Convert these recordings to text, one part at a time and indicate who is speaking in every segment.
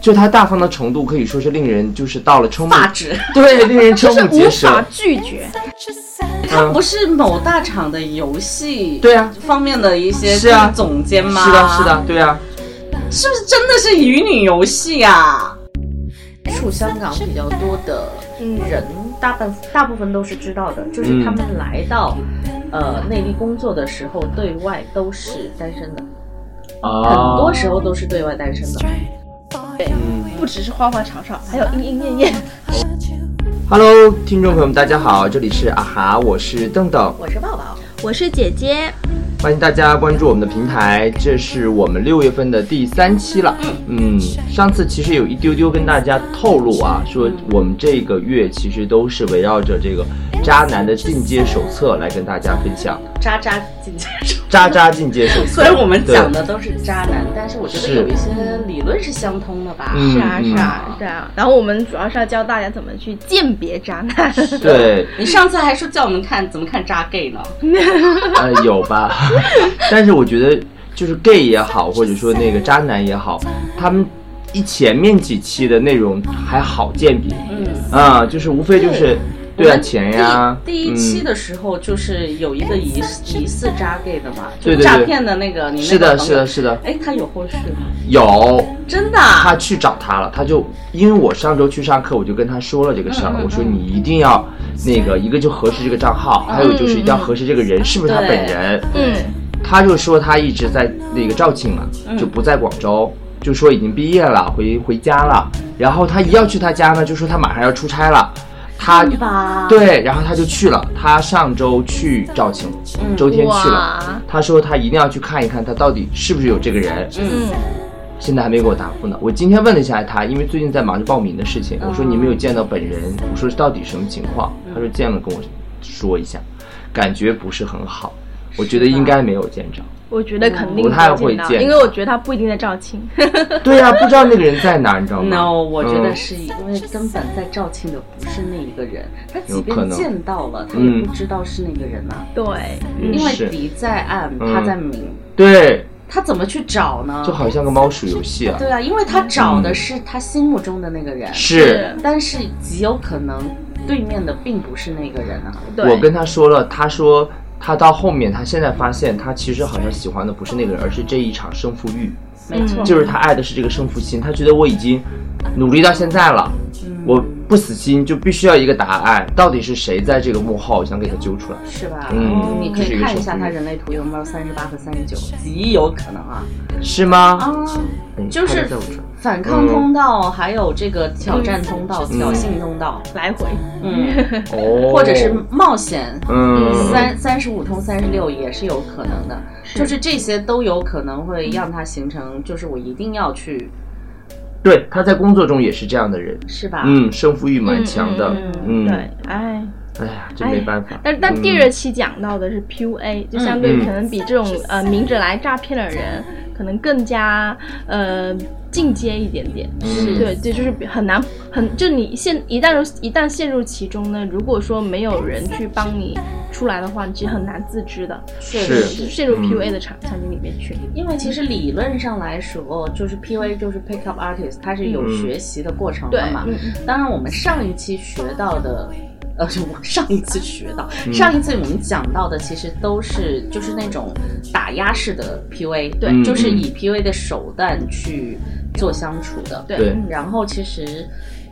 Speaker 1: 就他大方的程度，可以说是令人就是到了瞠目
Speaker 2: 发 指，
Speaker 1: 对，令人瞠
Speaker 3: 就是
Speaker 1: 目
Speaker 3: 无
Speaker 1: 结嗯舌嗯
Speaker 3: 法。拒绝。
Speaker 2: 他不是某大厂的游戏
Speaker 1: 对啊，
Speaker 2: 方面的一些
Speaker 1: 是啊
Speaker 2: 总监吗？
Speaker 1: 是的，是的，，对啊，
Speaker 2: 是不是真的是乙女游戏啊？
Speaker 4: 住香港比较多的
Speaker 2: 嗯
Speaker 4: 人，大半大部分都是知道的，就是
Speaker 1: 嗯
Speaker 4: 他们来到、呃内地工作的时候，对外都是单身的，很
Speaker 1: 啊，嗯
Speaker 4: 多时候都是对外单身的。
Speaker 3: 不只是花花肠肠，还有莺莺燕燕。
Speaker 1: Hello，听众朋友们，大家好，这里是啊哈，我是邓邓，
Speaker 4: 我是抱抱，
Speaker 5: 我是姐姐，
Speaker 1: 欢迎大家关注我们的平台，这是我们六月份的第三期了。嗯，上次其实有一丢丢跟大家透露啊，说我们这个月其实都是围绕着这个渣男的进阶手册来跟大家分享，
Speaker 4: 渣渣进去。
Speaker 1: 渣渣进阶手册。
Speaker 2: 虽然我们
Speaker 1: 对
Speaker 2: 讲的都是渣男，但是我觉得
Speaker 1: 是
Speaker 2: 有一些理论是相通的吧。
Speaker 1: 嗯
Speaker 3: 是啊，是啊，对啊。然后我们主要是要教大家怎么去鉴别渣男。
Speaker 1: 对，
Speaker 2: 你上次还说叫我们看怎么看渣 gay 呢？
Speaker 1: 呃，有吧？ 但是我觉得，就是 gay 也好，或者说那个渣男也好，他们一前面几期的内容还好鉴别，嗯，啊，就是无非就是对啊，钱呀，
Speaker 2: 第一期
Speaker 1: 嗯
Speaker 2: 的时候就是有一个疑似疑似渣 gay 的嘛，就
Speaker 1: 对对对
Speaker 2: 诈骗的那个，你那
Speaker 1: 是
Speaker 2: 个
Speaker 1: 的，
Speaker 2: 朋友
Speaker 1: 是的，。是的，
Speaker 2: 哎，他有后续吗？
Speaker 1: 有。
Speaker 2: 真的啊、
Speaker 1: 他去找他了，他就因为我上周去上课，我就跟他说了这个事
Speaker 2: 嗯
Speaker 1: 儿，我说你一定要那个一个就核实这个账号，还有
Speaker 2: 嗯
Speaker 1: 就是一定要核实这个人是不是他本人。
Speaker 3: 嗯，
Speaker 1: 他就说他一直在那个肇庆了，就不在广州，就说已经毕业了，回回家了。然后他一要去他家呢，就说他马上要出差了。他
Speaker 2: 吧
Speaker 1: 对，然后他就去了。他上周去肇庆，周天去了
Speaker 3: 嗯哇。
Speaker 1: 他说他一定要去看一看，他到底是不是有这个人。
Speaker 3: 嗯，
Speaker 1: 现在还没给我答复呢。我今天问了一下他，因为最近在忙着报名的事
Speaker 3: 嗯
Speaker 1: 情，我说你没有见到本人，我说到底什么情况？他说见了，跟我说一下，感觉不是很好。我觉得应该没有见着。
Speaker 3: 我觉得肯定
Speaker 1: 不太
Speaker 3: 会见到
Speaker 1: 会见
Speaker 3: 因为我觉得他不一定在肇庆。
Speaker 1: 对呀、不知道那个人在哪儿，你知道吗
Speaker 2: No，我觉得
Speaker 1: 嗯
Speaker 2: 是因为根本在肇庆的不是那一个人，他即
Speaker 1: 有可
Speaker 2: 便
Speaker 1: 能
Speaker 2: 见到了，他也
Speaker 1: 嗯
Speaker 2: 不知道是那个人啊，
Speaker 3: 对，
Speaker 2: 因为
Speaker 1: 是
Speaker 2: 敌在暗，
Speaker 1: 嗯
Speaker 2: 他在明，
Speaker 1: 对，
Speaker 2: 他怎么去找呢？
Speaker 1: 就好像个猫鼠游戏啊，
Speaker 2: 对啊，因为他找的是他心目中的那个人，
Speaker 1: 是。
Speaker 2: 但是极有可能对面的并不是那个人啊。
Speaker 3: 对，
Speaker 1: 我跟他说了，他说他到后面，他现在发现他其实好像喜欢的不是那个人，而是这一场胜负欲。
Speaker 2: 没错，
Speaker 1: 就是他爱的是这个胜负心，他觉得我已经努力到现在了，
Speaker 2: 嗯
Speaker 1: 我不死心，就必须要一个答案，到底是谁在这个幕后想给他揪出来？
Speaker 2: 是吧？
Speaker 1: 嗯
Speaker 2: 你可
Speaker 1: 这是
Speaker 2: 以
Speaker 1: 一个
Speaker 2: 看一下
Speaker 1: 胜负欲
Speaker 2: 他人类图有没有三十八和三十九，极有可能啊
Speaker 1: 是吗？
Speaker 2: 啊，
Speaker 1: 嗯
Speaker 2: 就
Speaker 1: 他
Speaker 2: 是
Speaker 1: 在我这儿
Speaker 2: 反抗通道，还有这个挑战通道、挑衅通道，
Speaker 3: 来回。
Speaker 2: 嗯，
Speaker 1: 嗯哦，
Speaker 2: 或者是冒险。
Speaker 1: 嗯，
Speaker 2: 三三十五通三十六也是有可能的，就是这些都有可能会让他形成，就是我一定要去，
Speaker 1: 对，他在工作中也是这样的人，
Speaker 2: 是吧？
Speaker 1: 嗯，胜负欲蛮强的，嗯，
Speaker 3: 对，哎，
Speaker 1: 哎呀，这没办法，
Speaker 3: 但但
Speaker 1: 嗯
Speaker 3: 第二期讲到的是 PUA，就相对可能比这种
Speaker 1: 嗯
Speaker 3: 呃明着来诈骗的人，可能更加呃进阶一点点。
Speaker 1: 嗯
Speaker 3: 对，这就是很难，很就你陷一旦入一旦陷入其中呢，如果说没有人去帮你出来的话，你其实很难自知的，
Speaker 1: 是
Speaker 3: 就陷入
Speaker 1: 嗯
Speaker 3: PUA 的场场景里面去。
Speaker 2: 因为其实理论上来说，就是 P U A 就是 Pick Up Artist，它是有
Speaker 1: 嗯
Speaker 2: 学习的过程
Speaker 3: 嗯对
Speaker 2: 的嘛。，
Speaker 3: 嗯
Speaker 2: 当然，我们上一期学到的，呃，就我上一次学到，
Speaker 1: 嗯
Speaker 2: 上一次我们讲到的，其实都是就是那种打压式的 P U A，
Speaker 3: 对
Speaker 1: 嗯
Speaker 2: 就是以 P U A 的手段去做相处的。嗯
Speaker 3: 对
Speaker 1: 对
Speaker 2: 然后其实。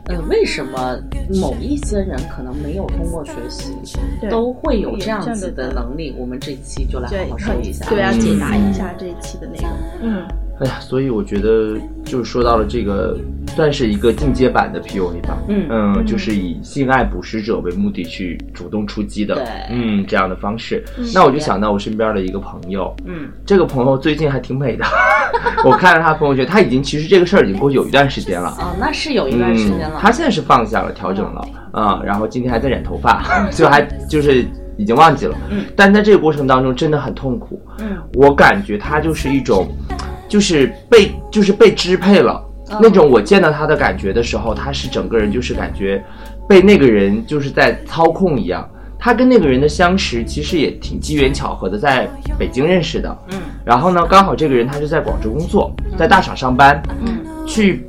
Speaker 2: 呃，为什么某一些人可能没有通过学习，
Speaker 3: 对
Speaker 2: 都会有这样
Speaker 3: 这样
Speaker 2: 子
Speaker 3: 的
Speaker 2: 的能力？我们这一期就来好
Speaker 3: 对
Speaker 2: 好，说一下。
Speaker 3: 对，要
Speaker 1: 嗯
Speaker 3: 解答一下这一期的内容。嗯，
Speaker 1: 哎呀，所以我觉得就是说到了这个，算是一个进阶版的 PUA 吧。
Speaker 2: 嗯
Speaker 1: 就是以性爱捕食者为目的去主动出击
Speaker 2: 对
Speaker 1: 的，嗯，这样的方式。那我就想到我身边的一个朋友，
Speaker 2: 嗯，
Speaker 1: 这个朋友最近还挺美的， 我看了他朋友圈，他已经其实这个事儿已经过去有一段时间了。
Speaker 2: 哦，那是有一段时间了。
Speaker 1: 嗯他现在是放下了，调整了，嗯，然后今天还在染头发， 就还就是已经忘记了。
Speaker 2: 嗯
Speaker 1: 但在这个过程当中真的很痛苦。
Speaker 2: 嗯，
Speaker 1: 我感觉他就是一种，就是被就是被支配了。
Speaker 2: 嗯
Speaker 1: 那种我见到他的感觉的时候，他是整个人就是感觉被那个人就是在操控一样，他跟那个人的相识其实也挺机缘巧合的，在北京认识的。
Speaker 2: 嗯，
Speaker 1: 然后呢，刚好这个人他是在广州工作，在大厂上班。嗯，去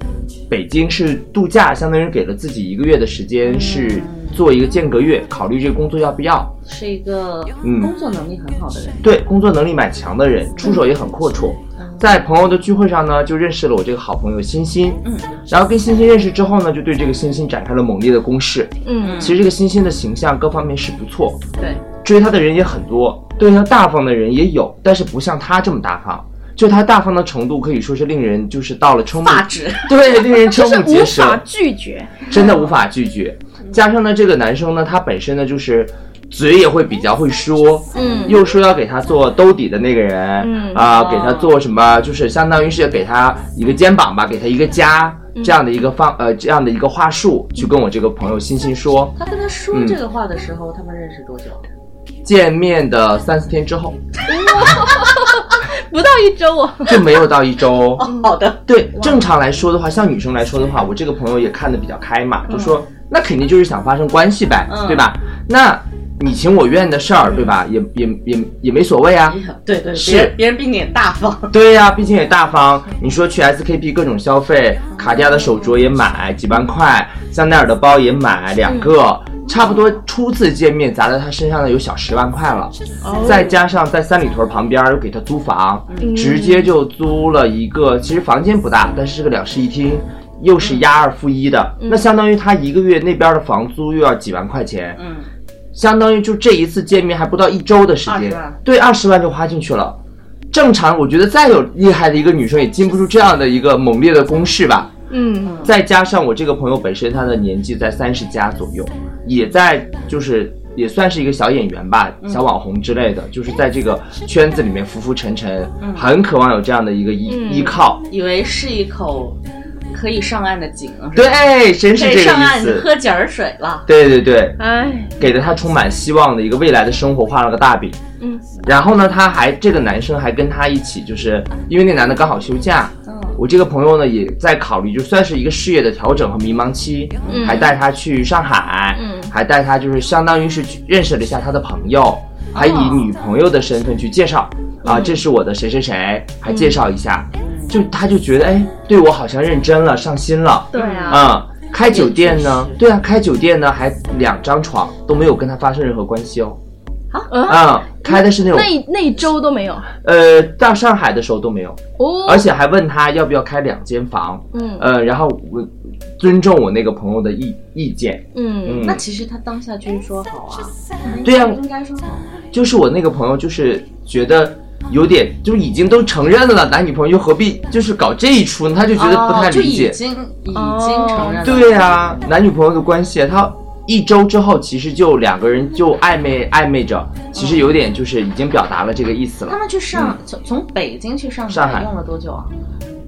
Speaker 1: 北京是度假，相当于给了自己一个月的时
Speaker 3: 嗯
Speaker 1: 间，是做一个间隔月，考虑这个工作要不要。
Speaker 2: 是一个
Speaker 1: 嗯
Speaker 2: 工作能力很好的人。
Speaker 1: 对，工作能力蛮强的人，
Speaker 3: 嗯
Speaker 1: 出手也很阔绰。在朋友的聚会上呢，就认识了我这个好朋友欣欣。嗯，然后跟欣欣认识之后呢，就对这个欣欣展开了猛烈的攻势。
Speaker 3: 嗯
Speaker 1: 其实这个欣欣的形象各方面是不错，
Speaker 2: 对，
Speaker 1: 追她的人也很多，对她大方的人也有，但是不像她这么大方。就她大方的程度，可以说是令人就是到了瞠目
Speaker 2: 发指。
Speaker 1: 对，令人瞠
Speaker 3: 是
Speaker 1: 目结
Speaker 3: 无
Speaker 1: 舌。
Speaker 3: 法拒绝。
Speaker 1: 真的无法拒绝。
Speaker 3: 嗯
Speaker 1: 加上呢，这个男生呢，他本身呢就是嘴也会比较会说，
Speaker 3: 嗯
Speaker 1: 又说要给他做兜底的那个人，
Speaker 3: 嗯
Speaker 1: 啊、
Speaker 2: 哦
Speaker 1: 给他做什么，就是相当于是给他一个肩膀吧，给他一个家。
Speaker 3: 嗯
Speaker 1: 这样的一个方呃，这样的一个话术，去跟我这个朋友欣欣说，
Speaker 2: 他跟他说
Speaker 1: 嗯
Speaker 2: 这个话的时候，他们认识多久？
Speaker 1: 见面的三四天之后
Speaker 3: 不到一周哦，
Speaker 1: 就没有到一周，
Speaker 2: 好的，
Speaker 1: 对，正常来说的话，像女生来说的话，我这个朋友也看得比较开嘛，就说那肯定就是想发生关系呗，对吧？那你情我愿的事儿，对吧？也也也也没所谓啊。
Speaker 2: 对对，
Speaker 1: 是
Speaker 2: 别人别人比你也大方，
Speaker 1: 对呀、毕竟也大方。你说去 SKP 各种消费，卡地亚的手镯也买几万块，香奈儿的包也买两个，差不多初次见面砸在他身上的有小十万块了。再加上在三里屯旁边又给他租房，直接就租了一个，其实房间不大，但是是个两室一厅。又是押二付一的，那相当于他一个月那边的房租又要几万块钱，
Speaker 2: 嗯，
Speaker 1: 相当于就这一次见面还不到一周的时间
Speaker 2: 20万，
Speaker 1: 对，二十万就花进去了。正常，我觉得再有厉害的一个女生也经不住这样的一个猛烈的攻势吧。
Speaker 3: 嗯，
Speaker 1: 再加上我这个朋友本身她的年纪在三十加左右，也在就是也算是一个小演员吧，小网红之类的，就是在这个圈子里面浮浮沉沉，很渴望有这样的一个依、
Speaker 3: 嗯
Speaker 1: 依靠。
Speaker 2: 以为是一口可以上岸的井，是吧
Speaker 1: 对，真是
Speaker 2: 可
Speaker 1: 这
Speaker 2: 以
Speaker 1: 个
Speaker 2: 上
Speaker 1: 意
Speaker 2: 岸
Speaker 1: 思。
Speaker 2: 喝井儿水了。
Speaker 1: 对对对，
Speaker 3: 哎，
Speaker 1: 给了他充满希望的一个未来的生活画了个大饼。
Speaker 3: 嗯，
Speaker 1: 然后呢，他还这个男生还跟他一起，就是因为那男的刚好休假，
Speaker 2: 嗯
Speaker 1: 我这个朋友呢也在考虑，就算是一个事业的调整和迷茫期，
Speaker 3: 嗯
Speaker 1: 还带他去上海，
Speaker 3: 嗯哦
Speaker 1: 还带他就是相当于是去认识了一下他的朋友，还以女朋友的身份去介绍、
Speaker 3: 嗯
Speaker 1: 啊，这是我的谁谁谁，还介绍一下，就他就觉得哎，对我好像认真了，上心了，
Speaker 3: 对啊，
Speaker 1: 啊、开酒店呢？
Speaker 3: 嗯
Speaker 1: 对啊，开酒店呢，还两张床都没有跟他发生任何关系哦。
Speaker 3: 嗯
Speaker 1: 啊、开的是那种
Speaker 3: 那一那一周都没有啊
Speaker 1: 呃，到上海的时候都没有，
Speaker 3: 哦
Speaker 1: 而，且还问他要不要开两间房。
Speaker 3: 嗯
Speaker 1: 呃，然后我尊重我那个朋友的意意见。
Speaker 3: 嗯
Speaker 1: 嗯，
Speaker 2: 那其实他当下就是说好啊，
Speaker 1: 对呀、
Speaker 2: 应该说好。啊
Speaker 1: 就是我那个朋友就是觉得。有点就已经都承认了男女朋友，又何必就是搞这一出呢？他就觉得不太
Speaker 2: 哦就
Speaker 1: 理
Speaker 2: 已
Speaker 1: 解。
Speaker 2: 经已经承认了。
Speaker 1: 对啊，男女朋友的关系，啊他一周之后其实就两个人就暧昧暧昧着，其实有点就是已经表达了这个意思了
Speaker 2: 他。们去上从从北京去上
Speaker 1: 嗯上海
Speaker 2: 海用了多久啊？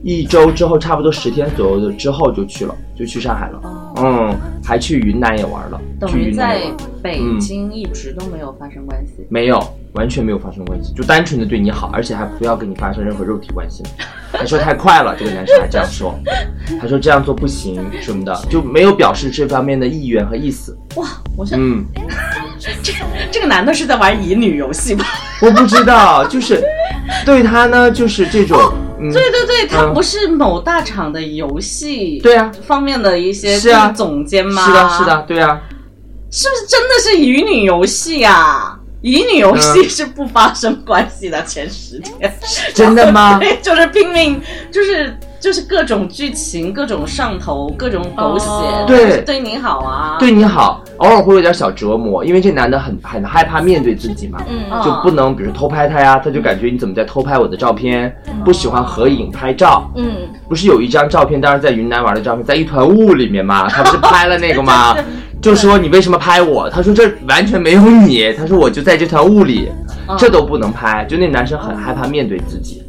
Speaker 1: 一周之后，差不多十天左右的之后就去了，就去上海了。嗯，还去云南也玩了，
Speaker 2: 哦等
Speaker 1: 去嗯
Speaker 2: 于
Speaker 1: 云南
Speaker 2: 在
Speaker 1: 也玩了
Speaker 2: 北京一直都没有发生关系。
Speaker 1: 没有，完全没有发生关系，就单纯的对你好，而且还不要跟你发生任何肉体关 系。他说太快了，这个男生还这样说，他说这样做不行什么的，就没有表示这方面的意愿和意思。
Speaker 2: 哇，我想
Speaker 1: 嗯。
Speaker 2: 这个男的是在玩乙女 游戏吧？
Speaker 1: 我不知道，就是对他呢，就是这种，
Speaker 2: 哦
Speaker 1: 嗯，
Speaker 2: 对对对，他
Speaker 1: 嗯
Speaker 2: 不是某大厂的游戏
Speaker 1: 对啊，
Speaker 2: 方面的一些
Speaker 1: 是啊
Speaker 2: 总监吗？
Speaker 1: 是的，是，的，对啊，
Speaker 2: 是不是真的是乙女游戏啊？乙女
Speaker 1: 嗯
Speaker 2: 游戏是不发生关系的前十天，
Speaker 1: 真的吗
Speaker 2: 对，就是拼命，就是就是各种剧情、各种上头、各种狗血，
Speaker 3: 哦
Speaker 1: 对
Speaker 2: 就是对你好啊，
Speaker 1: 对你好，偶尔会有点小折磨，因为这男的很很害怕面对自己嘛，
Speaker 2: 嗯，
Speaker 3: 嗯
Speaker 1: 就不能比如偷拍他呀，他就感觉你怎么在偷拍我的照片，不喜欢合影拍照。
Speaker 3: 嗯，
Speaker 1: 不是有一张照片，当时在云南玩的照片，在一团雾里面 嘛，他不是拍了那个吗？就说你为什么拍我？他说这完全没有你，他说我就在这团雾里，
Speaker 2: 嗯
Speaker 1: 这都不能拍。就那男生很害怕面对自己。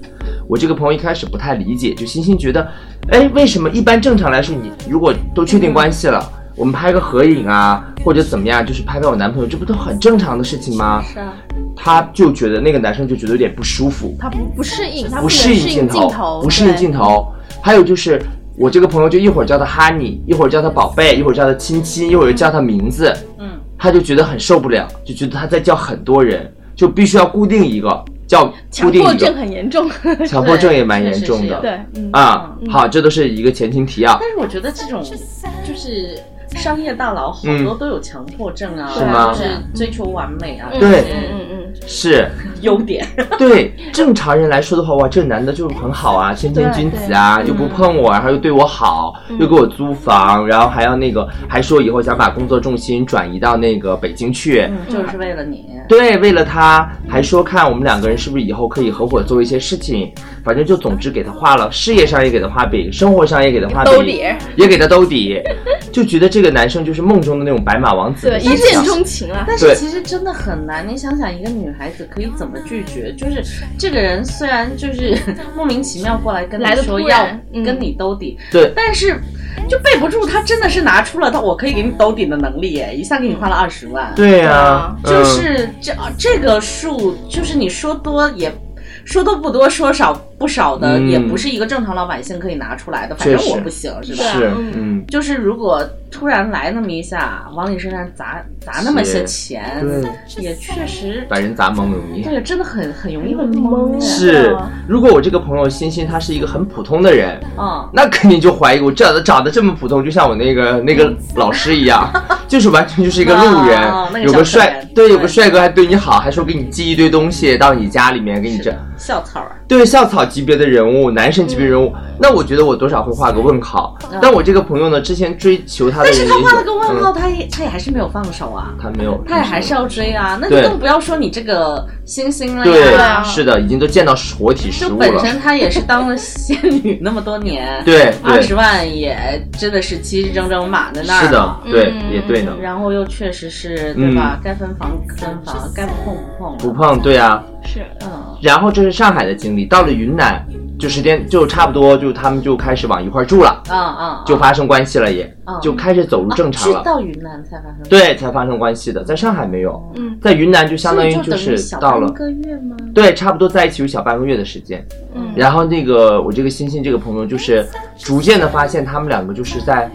Speaker 1: 我这个朋友一开始不太理解，就欣欣觉得，哎，为什么一般正常来说，你如果都确定关系了，我们拍个合影啊，或者怎么样，就是拍拍我男朋友，这不都很正常的事情吗？
Speaker 2: 是啊，
Speaker 1: 他就觉得那个男生就觉得有点不舒服，
Speaker 3: 他不不适应，他
Speaker 1: 不
Speaker 3: 能
Speaker 1: 适
Speaker 3: 适
Speaker 1: 应镜
Speaker 3: 头，
Speaker 1: 不适应镜头。还有就是，我这个朋友就一会儿叫他哈尼，一会儿叫他宝贝，一会儿叫他亲亲，一会儿又叫他名字。
Speaker 2: 嗯，
Speaker 1: 他就觉得很受不了，就觉得他在叫很多人，就必须要固定一个叫固
Speaker 3: 强
Speaker 1: 定
Speaker 3: 迫
Speaker 1: 一
Speaker 3: 症
Speaker 1: 个。
Speaker 3: 很严重。
Speaker 1: 强迫症也蛮严重的，
Speaker 2: 对
Speaker 3: 对，嗯，
Speaker 1: 啊。好，这都是一个前情提要，
Speaker 2: 但是我觉得这种就是商业大佬好多都有强迫症啊，
Speaker 1: 是吗
Speaker 2: 就是追求完美啊，
Speaker 1: 对
Speaker 3: 嗯嗯
Speaker 1: 是
Speaker 2: 优点。
Speaker 1: 对正常人来说的话，哇，这男的就是很好啊，谦谦君子啊，
Speaker 3: 嗯
Speaker 1: 又不碰我，然后又对我好，又给我租房，然后还要那个，还说以后想把工作重心转移到那个北京去。
Speaker 3: 嗯
Speaker 2: 就是为了你，
Speaker 1: 对，为了他还说看我们两个人是不是以后可以合伙做一些事情，反正就总之给他画了，事业上也给他画饼，生活上也给他画饼，
Speaker 3: 兜底
Speaker 1: 也给他兜 底，就觉得这个男生就是梦中的那种白马王子
Speaker 3: 对，
Speaker 1: 的
Speaker 3: 一
Speaker 1: 形
Speaker 3: 见
Speaker 1: 象。
Speaker 3: 钟情了。
Speaker 2: 但
Speaker 1: 对
Speaker 2: 是其实真的很难。你想想，一个女孩子可以怎么拒绝？就是这个人虽然就是莫名其妙过来跟你
Speaker 3: 来得
Speaker 2: 说
Speaker 3: 突
Speaker 2: 要
Speaker 3: 然嗯
Speaker 2: 跟你兜底，
Speaker 1: 对
Speaker 2: 但是就背不住，他真的是拿出了他我可以给你兜底的能力，哎，一下给你花了二十万，
Speaker 1: 对呀、
Speaker 3: 啊
Speaker 2: 就
Speaker 1: 嗯
Speaker 2: 是这啊这个数，就是你说多也。说多不多，说少不少的，
Speaker 1: 嗯
Speaker 2: 也不是一个正常老百姓可以拿出来的。反
Speaker 1: 确
Speaker 2: 正
Speaker 1: 实
Speaker 2: 我不行，是吧？
Speaker 1: 是
Speaker 3: 嗯
Speaker 1: 嗯，
Speaker 2: 就是如果突然来那么一下，往你身上砸砸那么些钱，也确实，
Speaker 1: 嗯把人砸懵容易。
Speaker 2: 对，真的很很容易会懵的。
Speaker 1: 是，如果我这个朋友欣欣她是一个很普通的人，
Speaker 2: 嗯，
Speaker 1: 那肯定就怀疑我长得长得这么普通，就像我那个那个老师一样， 就是完全就是一个路人，
Speaker 2: 啊那个
Speaker 1: 有个
Speaker 2: 小可
Speaker 1: 帅
Speaker 2: 怜
Speaker 1: 对，有
Speaker 2: 对
Speaker 1: 个帅哥还对你好，还说给你寄一堆东西到你家里面给你这，
Speaker 2: 校草儿，
Speaker 1: 对校草级别的人物，男神级别人物，
Speaker 2: 嗯
Speaker 1: 那我觉得我多少会画个问号。但我这个朋友呢，之前追求他的
Speaker 2: 但
Speaker 1: 人也
Speaker 2: 是
Speaker 1: 有，
Speaker 2: 他画了个问号，
Speaker 1: 嗯
Speaker 2: 他也他也还是没有放手啊，
Speaker 1: 他嗯没有，
Speaker 2: 他也还是要追啊，那
Speaker 1: 对
Speaker 2: 就更不要说你这个星星了
Speaker 1: 对啊
Speaker 2: 呀，，
Speaker 1: 是的，已经都见到活体实
Speaker 2: 就
Speaker 1: 物
Speaker 2: 本
Speaker 1: 了，
Speaker 2: 身他也啊是当了仙女那么多年，
Speaker 1: 对
Speaker 2: 二
Speaker 1: 对，
Speaker 2: 十万也真的是齐齐整整码在那儿，
Speaker 1: 是的，，对，
Speaker 3: 嗯
Speaker 1: 也对呢。
Speaker 2: 然后又确实是对吧？该分房分房，该不碰不碰，
Speaker 1: 不碰，对啊。
Speaker 3: 是，
Speaker 2: 嗯，
Speaker 1: 然后这是上海的经历，到了云南就时间就差不多，就他们就开始往一块儿住了，
Speaker 2: 啊啊，
Speaker 1: 就发生关系了也，
Speaker 2: 嗯
Speaker 1: 就开始走入正常
Speaker 2: 哦是
Speaker 1: 了。
Speaker 2: 到云南才发生，，
Speaker 1: 对，才发生关系的，在上海没有，
Speaker 3: 嗯
Speaker 1: 在云南就相当于
Speaker 2: 就
Speaker 1: 就是
Speaker 2: 小
Speaker 1: 到了
Speaker 2: 半，个月吗？
Speaker 1: 对，差不多在一起有小半个月的时间。
Speaker 3: 嗯
Speaker 1: 然后那个我这个欣欣这个朋友，就是逐渐的发现他们两个就是在，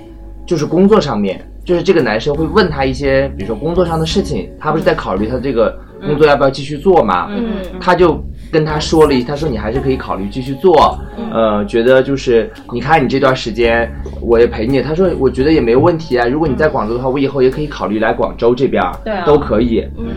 Speaker 1: 就是工作上面，就是这个男生会问他一些，比如说工作上的事情，他不是在考虑他这个工作要不要继续做嘛？
Speaker 3: 嗯
Speaker 1: 他就跟他说了一，他说你还是可以考虑继续做，呃，觉得就是你看你这段时间我也陪你，他说我觉得也没问题啊，如果你在广州的话，我以后也可以考虑来广州这边儿，
Speaker 2: 对啊
Speaker 1: 都可以。
Speaker 3: 嗯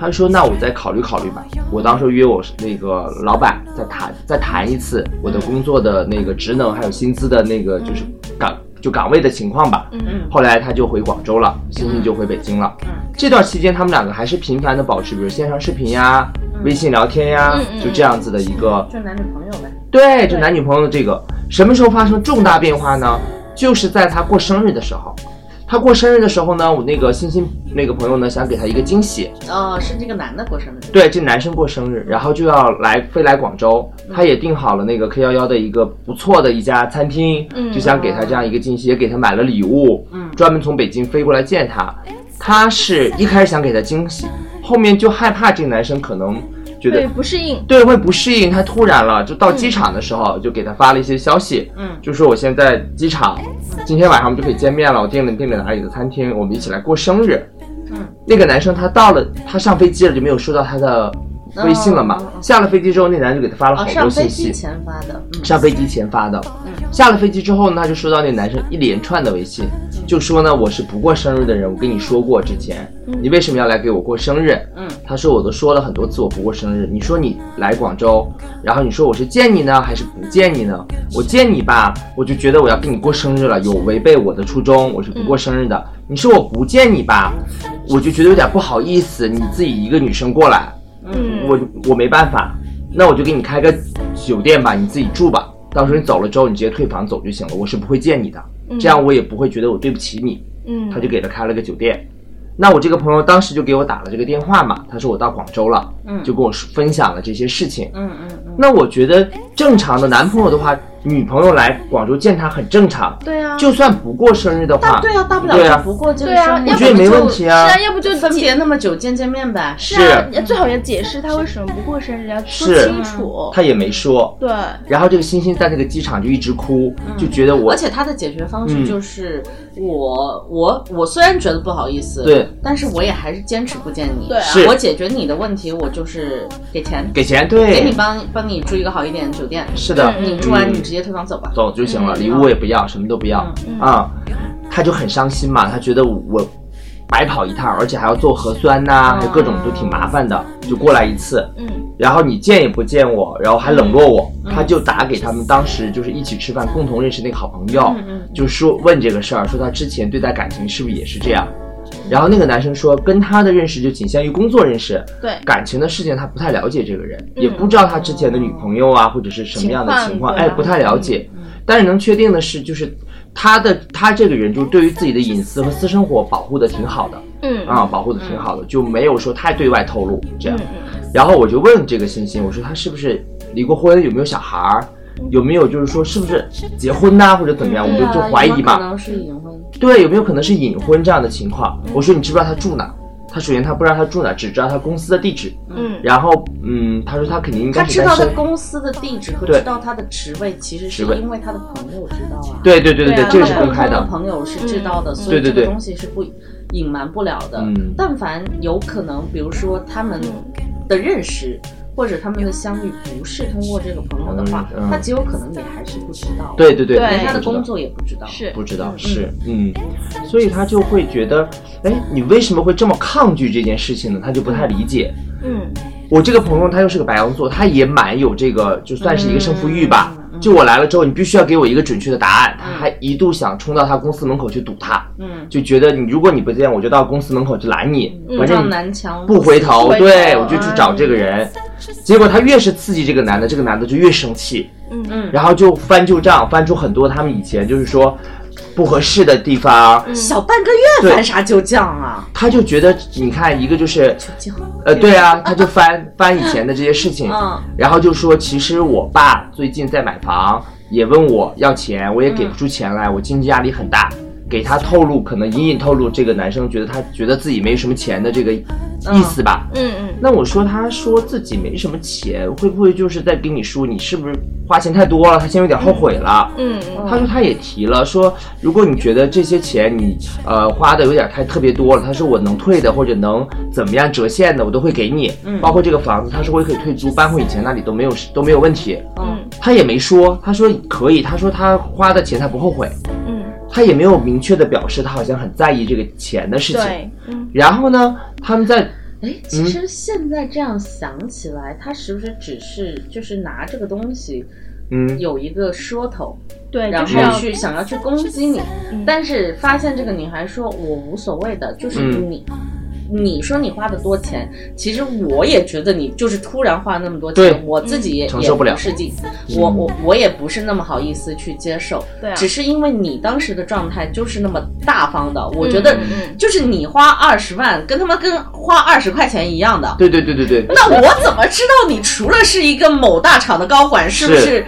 Speaker 1: 他说那我再考虑考虑吧，我当时约我那个老板再谈再谈一次我的工作的那个职能还有薪资的那个就是岗就岗位的情况吧。
Speaker 3: 嗯
Speaker 1: 后来他就回广州了，欣欣就回北京了。这段期间，他们两个还是频繁的保持，比如线上视频呀、微信聊天呀，
Speaker 3: 嗯嗯
Speaker 1: 就这样子的一个
Speaker 2: 就男女朋友呗，
Speaker 1: 对，就男女朋友的这个什么时候发生重大变化呢？就是在他过生日的时候。他过生日的时候呢，我那个欣欣那个朋友呢，想给他一个惊喜。
Speaker 2: 哦，是这个男的过生日，
Speaker 1: 对，这男生过生日，然后就要来飞来广州，他也订好了那个 K 幺幺的一个不错的一家餐厅，
Speaker 3: 嗯
Speaker 1: 就想给他这样一个惊喜，也给他买了礼物，
Speaker 2: 嗯
Speaker 1: 专门从北京飞过来见他。他是一开始想给他惊喜，后面就害怕这个男生可能觉得
Speaker 3: 对，不适
Speaker 2: 嗯
Speaker 3: 应，
Speaker 1: 对，会不适应，他突然了，就到机场的时候就给他发了一些消息，
Speaker 2: 嗯
Speaker 1: 就说我现在机场，今天晚上我们就可以见面了，我订了订了哪里的餐厅，我们一起来过生日。
Speaker 2: 嗯，
Speaker 1: 那个男生他到了，他上飞机了就没有收到他的微信了嘛？
Speaker 2: 哦哦哦哦
Speaker 1: 下了飞机之后，那男就给他发了好
Speaker 2: 哦，
Speaker 1: 多
Speaker 2: 上
Speaker 1: 信
Speaker 2: 飞
Speaker 1: 息。
Speaker 2: 机前发的，嗯，
Speaker 1: 上飞机前发的，下了飞机之后呢，他就收到那男生一连串的微信，就说呢我是不过生日的人，我跟你说过之前，你为什么要来给我过生日？
Speaker 2: 嗯，
Speaker 1: 他说我都说了很多次我不过生日，你说你来广州，然后你说我是见你呢还是不见你呢？我见你吧，我就觉得我要跟你过生日了，有违背我的初衷，我是不过生日的。你说我不见你吧，我就觉得有点不好意思，你自己一个女生过来，
Speaker 3: 嗯
Speaker 1: 我我没办法，那我就给你开个酒店吧，你自己住吧。到时候你走了之后，你直接退房走就行了，我是不会见你的，
Speaker 2: 嗯
Speaker 1: 这样我也不会觉得我对不起你。
Speaker 3: 嗯
Speaker 1: 他就给他开了个酒店。那我这个朋友当时就给我打了这个电话嘛，他说我到广州了，就跟我说分享了这些事情。
Speaker 2: 嗯嗯嗯，
Speaker 1: 那我觉得正常的男朋友的话，女朋友来广州见他很正常，
Speaker 3: 对啊，
Speaker 1: 就算不过生日的话，
Speaker 2: 对啊，大不
Speaker 1: 对
Speaker 2: 了
Speaker 1: 啊
Speaker 2: 就不过这个
Speaker 3: 对啊
Speaker 2: 生
Speaker 3: 要
Speaker 1: 我
Speaker 2: 日
Speaker 1: 觉得
Speaker 3: 不
Speaker 1: 没
Speaker 3: 就
Speaker 1: 问题啊
Speaker 3: 是啊，要不就
Speaker 2: 分
Speaker 3: 解
Speaker 2: 别那么久见见面呗，
Speaker 1: 是
Speaker 3: 是啊，最好也解释他为什么不过生日，要说
Speaker 1: 是
Speaker 3: 清楚。
Speaker 1: 他也没说。
Speaker 3: 对，
Speaker 2: 嗯
Speaker 1: 然后这个欣欣在那个机场就一直哭，就觉得我嗯
Speaker 2: 而且他的解决方式就是我我我虽然觉得不好意思，
Speaker 1: 对，
Speaker 2: 但是我也还是坚持不见你。
Speaker 3: 对啊
Speaker 1: 是
Speaker 2: 我解决你的问题，我就是给钱，
Speaker 1: 给钱，
Speaker 2: 给你
Speaker 1: 对，
Speaker 2: 帮帮你住一个好一点的酒店，
Speaker 1: 是的，
Speaker 2: 你住完
Speaker 1: 嗯
Speaker 2: 你直接退房走吧。
Speaker 1: 走就行了，
Speaker 2: 嗯
Speaker 1: 礼物也不要，什么都不要啊、他就很伤心嘛，他觉得我白跑一趟，而且还要做核酸呐、还有各种都挺麻烦的，就过来一次。
Speaker 3: 嗯，
Speaker 1: 然后你见也不见我，然后还冷落我，他就打给他们当时就是一起吃饭共同认识那个好朋友，就说问这个事儿，说他之前对待感情是不是也是这样。然后那个男生说，跟他的认识就仅限于工作认识，
Speaker 3: 对，
Speaker 1: 感情的事情他不太了解这个人，也不知道他之前的女朋友啊，或者是什么样的情
Speaker 3: 情
Speaker 1: 况，
Speaker 3: 况
Speaker 1: 哎，
Speaker 3: 对啊
Speaker 1: 不太了解。但是能确定的是，就是他的他这个人就对于自己的隐私和私生活保护的挺好的
Speaker 3: 嗯
Speaker 1: 啊，保护的挺好的，就没有说太对外透露这样
Speaker 3: 嗯。嗯
Speaker 1: 然后我就问这个欣欣，我说她是不是离过婚，有没有小孩儿，有没有就是说是不是结婚呐、或者怎么
Speaker 2: 嗯
Speaker 1: 样，我啊就就怀疑
Speaker 2: 啊可
Speaker 1: 嘛，
Speaker 2: 能是隐婚，
Speaker 1: 对，有没有可能是隐婚这样的情况？我说你知不知道她住哪？她首先她不知道她住哪，只知道她公司的地址。
Speaker 3: 嗯，
Speaker 1: 然后嗯，她说她肯定应
Speaker 2: 他
Speaker 1: 该是
Speaker 2: 知
Speaker 1: 单
Speaker 2: 道他
Speaker 1: 身。
Speaker 2: 公司的地址和
Speaker 1: 对
Speaker 2: 知道他的职位，其实
Speaker 1: 职
Speaker 2: 是
Speaker 1: 位
Speaker 2: 因为他的朋友知道啊。
Speaker 1: 对对对对对，
Speaker 3: 对啊
Speaker 1: 这个
Speaker 2: 他
Speaker 1: 是
Speaker 2: 的
Speaker 1: 公开的。
Speaker 2: 朋友是知道
Speaker 3: 嗯
Speaker 2: 的，所
Speaker 1: 对
Speaker 2: 以
Speaker 1: 对
Speaker 2: 这个
Speaker 1: 对
Speaker 2: 东西是不隐瞒不了的。
Speaker 1: 嗯
Speaker 2: 但凡有可能，比如说他们的认识或者他们的相遇不是通过这个朋友的话，
Speaker 1: 嗯嗯
Speaker 2: 他极有可能也还是不知道。，
Speaker 1: 对对对，
Speaker 3: 对
Speaker 2: 连他的
Speaker 1: 不知道
Speaker 2: 工作也不知道。
Speaker 3: 是
Speaker 1: 不知道是嗯，所以他就会觉得，哎，你为什么会这么抗拒这件事情呢？他就不太理解。
Speaker 3: 嗯
Speaker 1: 我这个朋友他又是个白羊座，他也蛮有这个，就算是一个胜负欲吧。
Speaker 2: 嗯
Speaker 1: 就我来了之后，你必须要给我一个准确的答案。他还一度想冲到他公司门口去堵他，
Speaker 2: 嗯，
Speaker 1: 就觉得你如果你不见，我就到公司门口去拦你，反
Speaker 2: 撞
Speaker 1: 正你
Speaker 2: 南墙
Speaker 1: 不回头，
Speaker 3: 不回头
Speaker 1: 对我就去找这个
Speaker 2: 嗯
Speaker 1: 人。结果他越是刺激这个男的，这个男的就越生气，
Speaker 3: 嗯
Speaker 1: 然后就翻旧账，翻出很多他们以前就是说不合适的地方。
Speaker 3: 嗯
Speaker 2: 嗯小半个月
Speaker 1: 对
Speaker 2: 翻啥旧账啊？
Speaker 1: 他就觉得，你看一个就是
Speaker 2: 旧
Speaker 1: 呃，对
Speaker 3: 嗯
Speaker 1: 啊，他就翻翻以前的这些事情，
Speaker 2: 嗯
Speaker 1: 然后就说，其实我爸最近在买房，也问我要钱，我也给不出钱
Speaker 3: 嗯
Speaker 1: 来，我经济压力很大。给他透露，可能隐隐透露这个男生觉得他觉得自己没什么钱的这个意思吧。
Speaker 3: 嗯
Speaker 1: 那我说，他说自己没什么钱，会不会就是在跟你说你是不是花钱太多了？他现在有点后悔了。
Speaker 3: 嗯嗯
Speaker 1: 他说他也提了，说如果你觉得这些钱你呃花的有点太特别多了，他说我能退的或者能怎么样折现的，我都会给你，包括这个房子，他说我也可以退租，搬回以前那里都没有都没有问题。
Speaker 3: 嗯
Speaker 1: 他也没说，他说可以，他说他花的钱他不后悔，
Speaker 3: 嗯，
Speaker 1: 他也没有明确的表示他好像很在意这个钱的事情。
Speaker 3: 对，嗯
Speaker 1: 然后呢，他们在
Speaker 2: 哎，
Speaker 1: 嗯
Speaker 2: 其实现在这样想起来，他是不是只是就是拿这个东西
Speaker 1: 嗯
Speaker 2: 有一个说头？
Speaker 3: 对，
Speaker 2: 然
Speaker 3: 就是
Speaker 2: 后
Speaker 3: 要
Speaker 2: 去想要去攻击你，但是发现这个女孩说：“我无所谓的，就是
Speaker 1: 嗯
Speaker 2: 你，你说你花的多钱，其实我也觉得你就是突然花那么多
Speaker 1: 对
Speaker 2: 钱，我自己也
Speaker 1: 承受不了嗯
Speaker 2: 也是劲，我我我也不是那么好意思去接受，
Speaker 3: 对啊
Speaker 2: 只是因为你当时的状态就是那么大方的，我觉
Speaker 3: 嗯
Speaker 2: 得
Speaker 3: 嗯
Speaker 2: 就是你花二十万，跟他妈跟花二十块钱一样的，
Speaker 1: 对对对对对，
Speaker 2: 那我怎么知道你除了是一个某大厂的高管，是不是？
Speaker 1: 是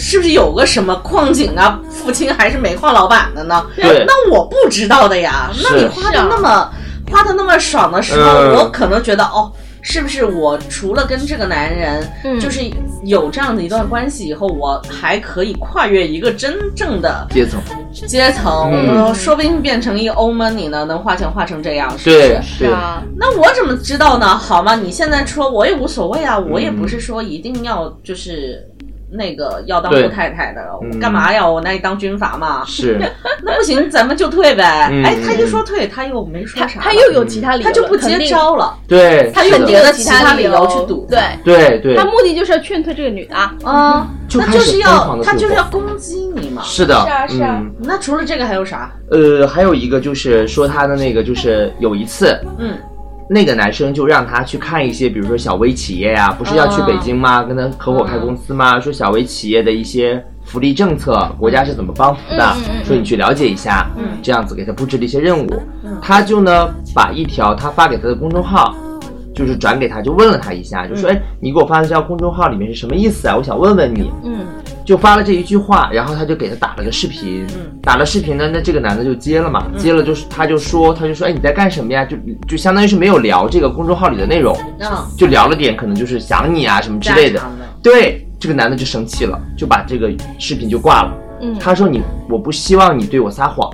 Speaker 2: 是不是有个什么矿井啊、父亲还是煤矿老板的呢？
Speaker 1: 对
Speaker 2: 那我不知道的呀。
Speaker 1: 是
Speaker 2: 那你花的那么花的那么爽的时候，
Speaker 1: 嗯
Speaker 2: 我可能觉得哦，是不是我除了跟这个男人，
Speaker 3: 嗯
Speaker 2: 就是有这样的一段关系以后，我还可以跨越一个真正的
Speaker 1: 阶层，
Speaker 2: 阶层，
Speaker 1: 嗯
Speaker 2: 我说不定变成一欧 money 呢，能花钱花成这样，是不是？
Speaker 1: 对
Speaker 3: 是
Speaker 1: 对，
Speaker 3: 啊，
Speaker 2: 那我怎么知道呢？好吗？你现在说我也无所谓啊，
Speaker 1: 嗯
Speaker 2: 我也不是说一定要就是那个要当
Speaker 1: 对
Speaker 2: 富太太的，
Speaker 1: 嗯
Speaker 2: 我干嘛呀？我那里当军阀嘛？
Speaker 1: 是，
Speaker 2: 那不行，咱们就退呗。
Speaker 1: 嗯
Speaker 2: 哎，他一说退，他又没说
Speaker 3: 他
Speaker 2: 啥，
Speaker 3: 他又有其他理由
Speaker 2: 他
Speaker 3: 了，
Speaker 2: 就不
Speaker 3: 肯
Speaker 2: 接
Speaker 3: 定
Speaker 2: 招了，
Speaker 1: 对，
Speaker 2: 他
Speaker 1: 是
Speaker 2: 又
Speaker 1: 的
Speaker 2: 觉得
Speaker 3: 其
Speaker 2: 其他理由
Speaker 3: 由
Speaker 2: 去堵
Speaker 3: 对，
Speaker 1: 对对
Speaker 3: 他，目的就是要劝退这个女的啊。
Speaker 2: 啊，
Speaker 1: 就
Speaker 2: 他
Speaker 1: 开
Speaker 2: 就
Speaker 1: 始
Speaker 2: 是
Speaker 1: 疯狂地
Speaker 2: 要他
Speaker 1: 自
Speaker 2: 就是
Speaker 1: 我
Speaker 2: 要攻击你嘛。
Speaker 1: 是的，
Speaker 3: 是啊是啊
Speaker 1: 嗯
Speaker 2: 那除了这个还有啥？
Speaker 1: 呃，还有一个就是说他的那个，就是有一次，
Speaker 2: 嗯，
Speaker 1: 那个男生就让他去看一些，比如说小微企业
Speaker 3: 嗯
Speaker 1: 呀、不是要去北京吗？跟他合伙开公司吗？说小微企业的一些福利政策，国家是怎么帮扶的？
Speaker 3: 嗯嗯嗯
Speaker 1: 说你去了解一下，
Speaker 2: 嗯
Speaker 1: 这样子给他布置了一些任务。
Speaker 3: 嗯
Speaker 1: 他就呢把一条他发给他的公众号。就是转给他，就问了他一下，就
Speaker 3: 嗯
Speaker 1: 说：“哎，你给我发的这条公众号里面是什么意思啊？我想问问你。”
Speaker 3: 嗯
Speaker 1: 就发了这一句话，然后他就给他打了个视频，
Speaker 2: 嗯
Speaker 1: 打了视频呢，那这个男的就接了嘛，接了就是他就说他就说，哎你在干什么呀？就就相当于是没有聊这个公众号里的内容，
Speaker 2: 嗯，
Speaker 1: 就聊了点可能就是想你啊什么之类的
Speaker 2: 家常的。
Speaker 1: 对，这个男的就生气了，就把这个视频就挂了。
Speaker 3: 嗯
Speaker 1: 他说你我不希望你对我撒谎，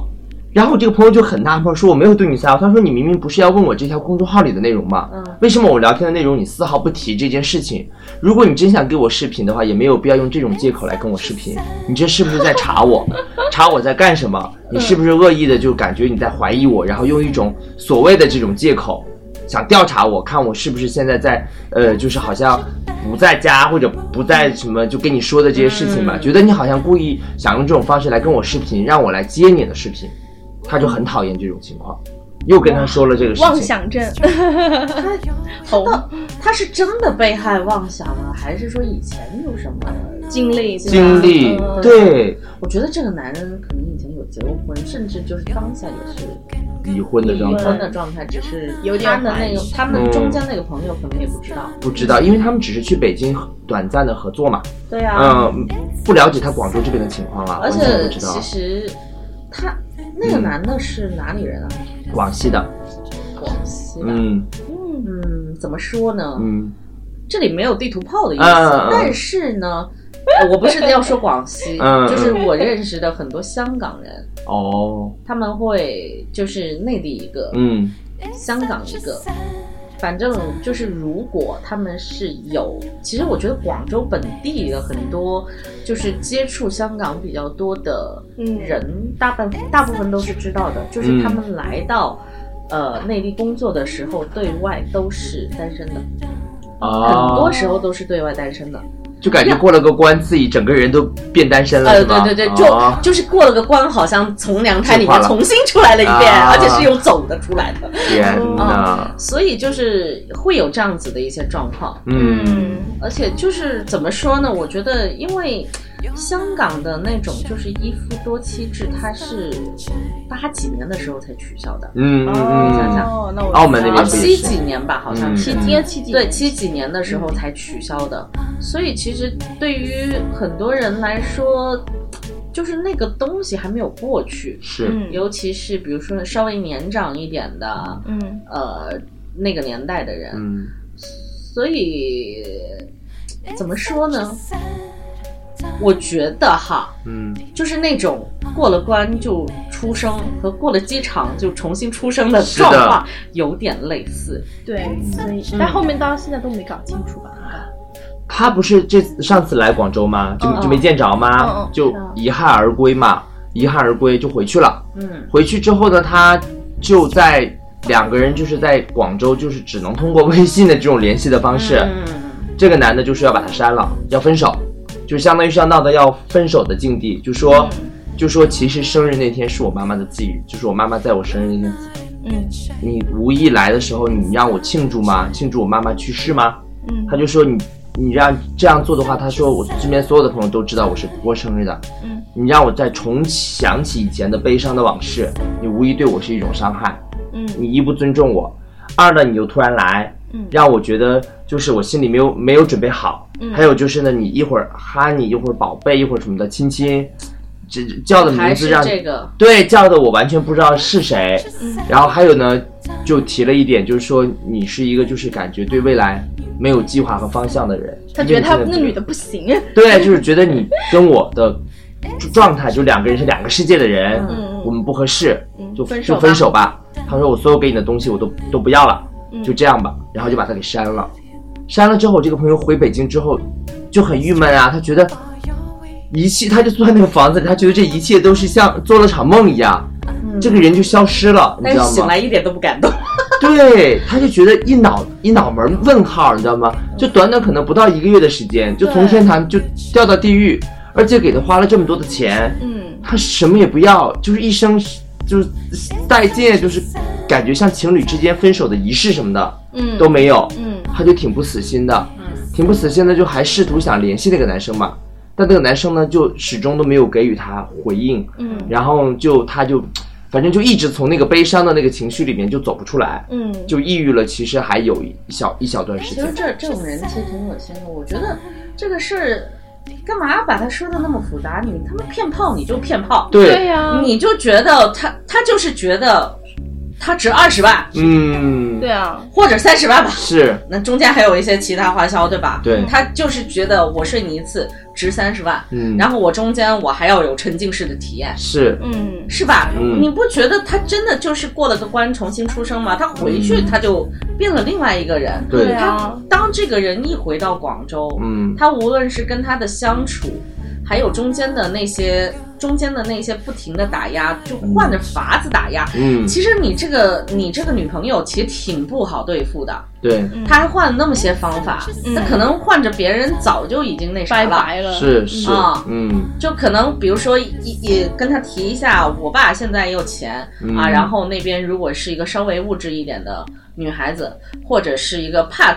Speaker 1: 然后我这个朋友就很纳闷，说我没有对你撒娇。他说你明明不是要问我这条公众号里的内容吗？为什么我聊天的内容你丝毫不提这件事情？如果你真想给我视频的话，也没有必要用这种借口来跟我视频。你这是不是在查我？查我在干什么？你是不是恶意的就感觉你在怀疑我，然后用一种所谓的这种借口？想调查我看我是不是现在在呃，就是好像不在家或者不在什么，就跟你说的这些事情
Speaker 2: 嗯
Speaker 1: 吧，觉得你好像故意想用这种方式来跟我视频，让我来接你的视频，他就很讨厌这种情况，又跟他说了这个事
Speaker 3: 妄
Speaker 1: 情。
Speaker 3: 想症，
Speaker 4: 头
Speaker 2: 他是真的被害妄想了，还是说以前有什么？
Speaker 3: 经历对吧
Speaker 1: 经历
Speaker 3: 嗯
Speaker 1: 对
Speaker 2: 我觉得这个男人可能以前有结过婚，甚至就是当下也是
Speaker 1: 离婚的状
Speaker 2: 离婚
Speaker 1: 态嗯
Speaker 2: 的状态，只是
Speaker 3: 有点
Speaker 2: 他的那个
Speaker 3: 怀疑
Speaker 2: 他们中间那个朋友可能也不知道。
Speaker 1: 不知道，因为他们只是去北京短暂的合作嘛，
Speaker 2: 对啊，
Speaker 1: 嗯，不了解他广州这边的情况了，
Speaker 2: 而
Speaker 1: 完全不
Speaker 2: 且
Speaker 1: 知
Speaker 2: 其
Speaker 1: 道。
Speaker 2: 实他那个男的是哪里人啊？
Speaker 1: 广西的，
Speaker 2: 广西的。
Speaker 1: 嗯
Speaker 2: 嗯，怎么说呢？
Speaker 1: 嗯，
Speaker 2: 这里没有地图炮的意思，
Speaker 1: 嗯嗯嗯
Speaker 2: 但是呢，呃我不是要说广西，
Speaker 1: 嗯嗯
Speaker 2: 就是我认识的很多香港人，
Speaker 1: 哦，
Speaker 2: 他们会就是内地一个，
Speaker 1: 嗯
Speaker 2: 香港一个，反正就是如果他们是有，其实我觉得广州本地的很多就是接触香港比较多的
Speaker 3: 嗯
Speaker 2: 人，大半大部分都是知道
Speaker 1: 嗯
Speaker 2: 的，就是他们来到。呃，内地工作的时候，对外都是单身的，
Speaker 1: 啊，
Speaker 2: 很多时候都是对外单身的。
Speaker 1: 就感觉过了个关，自己整个人都变单身了，
Speaker 2: 呃，
Speaker 1: 是吧？
Speaker 2: 对对对，
Speaker 1: 啊
Speaker 2: 就就是过了个关，好像从娘胎里面重新出来了一遍，
Speaker 1: 啊
Speaker 2: 而且是有走的出来的，
Speaker 1: 天呐，
Speaker 2: 所以就是会有这样子的一些状况。
Speaker 1: 嗯，
Speaker 3: 嗯，
Speaker 2: 而且就是怎么说呢？我觉得，因为香港的那种就是一夫多妻制，它是八几年的时候才取消的，
Speaker 1: 嗯嗯嗯嗯，
Speaker 3: 哦，那我
Speaker 1: 澳门那
Speaker 2: 啊，
Speaker 1: 边不也
Speaker 2: 七
Speaker 1: 是
Speaker 2: 几年吧，好像
Speaker 1: 嗯
Speaker 2: 是
Speaker 3: 七应该七几
Speaker 2: 对七几年的时候才取消的。所以其实对于很多人来说，就是那个东西还没有过去，
Speaker 1: 是，
Speaker 2: 尤其是比如说稍微年长一点的，
Speaker 3: 嗯
Speaker 2: 呃，那个年代的人，
Speaker 1: 嗯
Speaker 2: 所以怎么说呢？我觉得哈，
Speaker 1: 嗯，
Speaker 2: 就是那种过了关就出生和过了机场就重新出生的
Speaker 1: 是的
Speaker 2: 状况有点类似。
Speaker 3: 对，所以但后面到现在都没搞清楚吧？
Speaker 1: 他不是这次上次来广州吗？就
Speaker 2: 嗯
Speaker 1: 就没见着
Speaker 3: 嗯
Speaker 1: 吗
Speaker 3: 嗯？
Speaker 1: 就遗憾而归嘛，遗憾而归就回去了。
Speaker 2: 嗯，
Speaker 1: 回去之后呢，他就在两个人就是在广州，就是只能通过微信的这种联系的方式。
Speaker 2: 嗯
Speaker 1: 这个男的就是要把他删了，要分手，就相当于是要闹到要分手的境地，就说，就说其实生日那天是我妈妈的忌日，就是我妈妈在我生日那天，
Speaker 3: 嗯
Speaker 1: 你无意来的时候，你让我庆祝吗？庆祝我妈妈去世吗？
Speaker 3: 嗯
Speaker 1: 他就说你你让这样做的话，他说我身边所有的朋友都知道我是不过生日的，
Speaker 3: 嗯，
Speaker 1: 你让我再重想起以前的悲伤的往事，你无疑对我是一种伤害，
Speaker 3: 嗯
Speaker 1: 你一不尊重我，二呢你又突然来，
Speaker 3: 嗯
Speaker 1: 让我觉得就是我心里没有没有准备好，
Speaker 3: 嗯
Speaker 1: 还有就是呢，你一会儿哈你，一会儿宝贝，一会儿什么的亲亲，这这叫的名
Speaker 2: 还
Speaker 1: 字
Speaker 2: 是
Speaker 1: 让
Speaker 2: 这个，
Speaker 1: 对叫的我完全不知道是谁，
Speaker 3: 嗯
Speaker 1: 然后还有呢，就提了一点，就是说你是一个就是感觉对未来没有计划和方向的人，
Speaker 3: 他觉得他
Speaker 1: 因为你
Speaker 3: 那
Speaker 1: 现在
Speaker 3: 女的不行，
Speaker 1: 对，就是觉得你跟我的状态就两个人是两个世界的人，
Speaker 3: 嗯
Speaker 1: 我们不合适，
Speaker 3: 嗯
Speaker 1: 就
Speaker 3: 分手
Speaker 1: 就
Speaker 3: 吧
Speaker 1: 分手吧。他说我所有给你的东西我都都不要了，
Speaker 3: 嗯
Speaker 1: 就这样吧，然后就把他给删了。删了之后，这个朋友回北京之后就很郁闷啊，他觉得一切，他就坐在那个房子里，他觉得这一切都是像做了场梦一样，
Speaker 3: 嗯
Speaker 1: 这个人就消失了，你
Speaker 2: 但
Speaker 1: 知
Speaker 2: 是
Speaker 1: 道
Speaker 2: 醒
Speaker 1: 吗
Speaker 2: 来？一点都不感动。
Speaker 1: 对，他就觉得一脑一脑门问号，你知道吗？
Speaker 3: 嗯
Speaker 1: 就短短可能不到一个月的时间，就从
Speaker 3: 对
Speaker 1: 天堂就掉到地狱，而且给他花了这么多的钱，
Speaker 3: 嗯
Speaker 1: 他什么也不要，就是一生就是再见，就是感觉像情侣之间分手的仪式什么的
Speaker 3: 嗯
Speaker 1: 都没有，
Speaker 3: 嗯
Speaker 1: 他就挺不死心的，挺不死心的，就还试图想联系那个男生嘛，但那个男生呢，就始终都没有给予他回应，
Speaker 3: 嗯
Speaker 1: 然后就他就。反正就一直从那个悲伤的那个情绪里面就走不出来，
Speaker 3: 嗯
Speaker 1: 就抑郁了，其实还有一小一小段时
Speaker 2: 其
Speaker 1: 间
Speaker 2: 实。这这种人其实挺恶心的，我觉得这个事儿干嘛把它说的那么复杂？你他妈骗炮你就骗炮，
Speaker 3: 啊
Speaker 1: 对，
Speaker 3: 对呀，
Speaker 2: 你就觉得他他就是觉得它值二十万
Speaker 1: 嗯，
Speaker 3: 对啊，
Speaker 2: 或者三十万吧，
Speaker 1: 是，
Speaker 2: 那中间还有一些其他花销，对吧？
Speaker 1: 对
Speaker 2: 他就是觉得我睡你一次值三十万，
Speaker 1: 嗯，
Speaker 2: 然后我中间我还要有沉浸式的体验，
Speaker 1: 是，
Speaker 3: 嗯，
Speaker 2: 是吧？
Speaker 1: 嗯
Speaker 2: 你不觉得他真的就是过了个关，重新出生吗？他回去他就变了另外一个人。
Speaker 1: 嗯对
Speaker 3: 对
Speaker 2: 他
Speaker 3: 啊，
Speaker 2: 当这个人一回到广州，
Speaker 1: 嗯，
Speaker 2: 他无论是跟他的相处，还有中间的那些中间的那些不停的打压，就换着法子打压。
Speaker 1: 嗯，
Speaker 2: 其实你这个你这个女朋友其实挺不好对付的，
Speaker 1: 对，
Speaker 3: 嗯
Speaker 2: 她还换了那么些方法，
Speaker 3: 嗯
Speaker 2: 那可能换着别人早就已经那啥
Speaker 3: 拜
Speaker 2: 了。
Speaker 3: 拜了，
Speaker 1: 是是
Speaker 2: 啊，
Speaker 1: 嗯
Speaker 2: 就可能比如说也也跟他提一下，我爸现在也有钱、
Speaker 1: 嗯
Speaker 2: 啊，然后那边如果是一个稍微物质一点的女孩子，或者是一个怕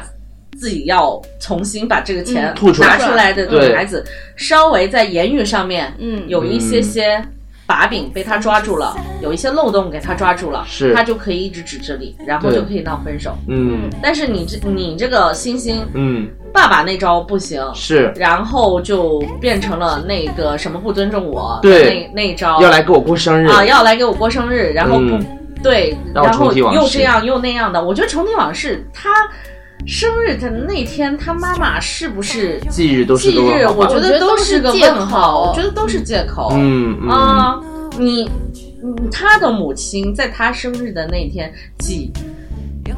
Speaker 2: 自己要重新把这个钱
Speaker 3: 嗯
Speaker 1: 吐出来
Speaker 2: 拿出来的
Speaker 1: 对
Speaker 2: 女孩子，稍微在言语上面
Speaker 3: 嗯，
Speaker 2: 有一些些。把柄被他抓住了，有一些漏洞给他抓住了，
Speaker 1: 是
Speaker 2: 他就可以一直指这里，然后
Speaker 1: 对
Speaker 2: 就可以闹分手。
Speaker 1: 嗯
Speaker 2: 但是你这你这个星星
Speaker 1: 嗯
Speaker 2: 爸爸那招不行，
Speaker 1: 是，
Speaker 2: 然后就变成了那个什么不尊重我，
Speaker 1: 对
Speaker 2: 那那一招
Speaker 1: 要来给我过生日
Speaker 2: 啊，要来给我过生日，然后不、
Speaker 1: 嗯
Speaker 2: 对，
Speaker 1: 让我
Speaker 2: 然后
Speaker 1: 重提往事
Speaker 2: 又这样又那样的，我觉得重提往事，他生日的那天，他妈妈是不是
Speaker 1: 忌日都是
Speaker 2: 忌
Speaker 1: 个问
Speaker 2: 日？
Speaker 1: 号
Speaker 2: 我
Speaker 1: 吧
Speaker 2: 觉
Speaker 3: 我觉
Speaker 2: 得
Speaker 3: 得
Speaker 2: 都
Speaker 3: 都
Speaker 2: 是
Speaker 3: 是
Speaker 2: 个
Speaker 3: 借口
Speaker 2: 问号，我觉得都是借口。
Speaker 1: 嗯嗯
Speaker 2: 啊，你嗯他的母亲在他生日的那天，即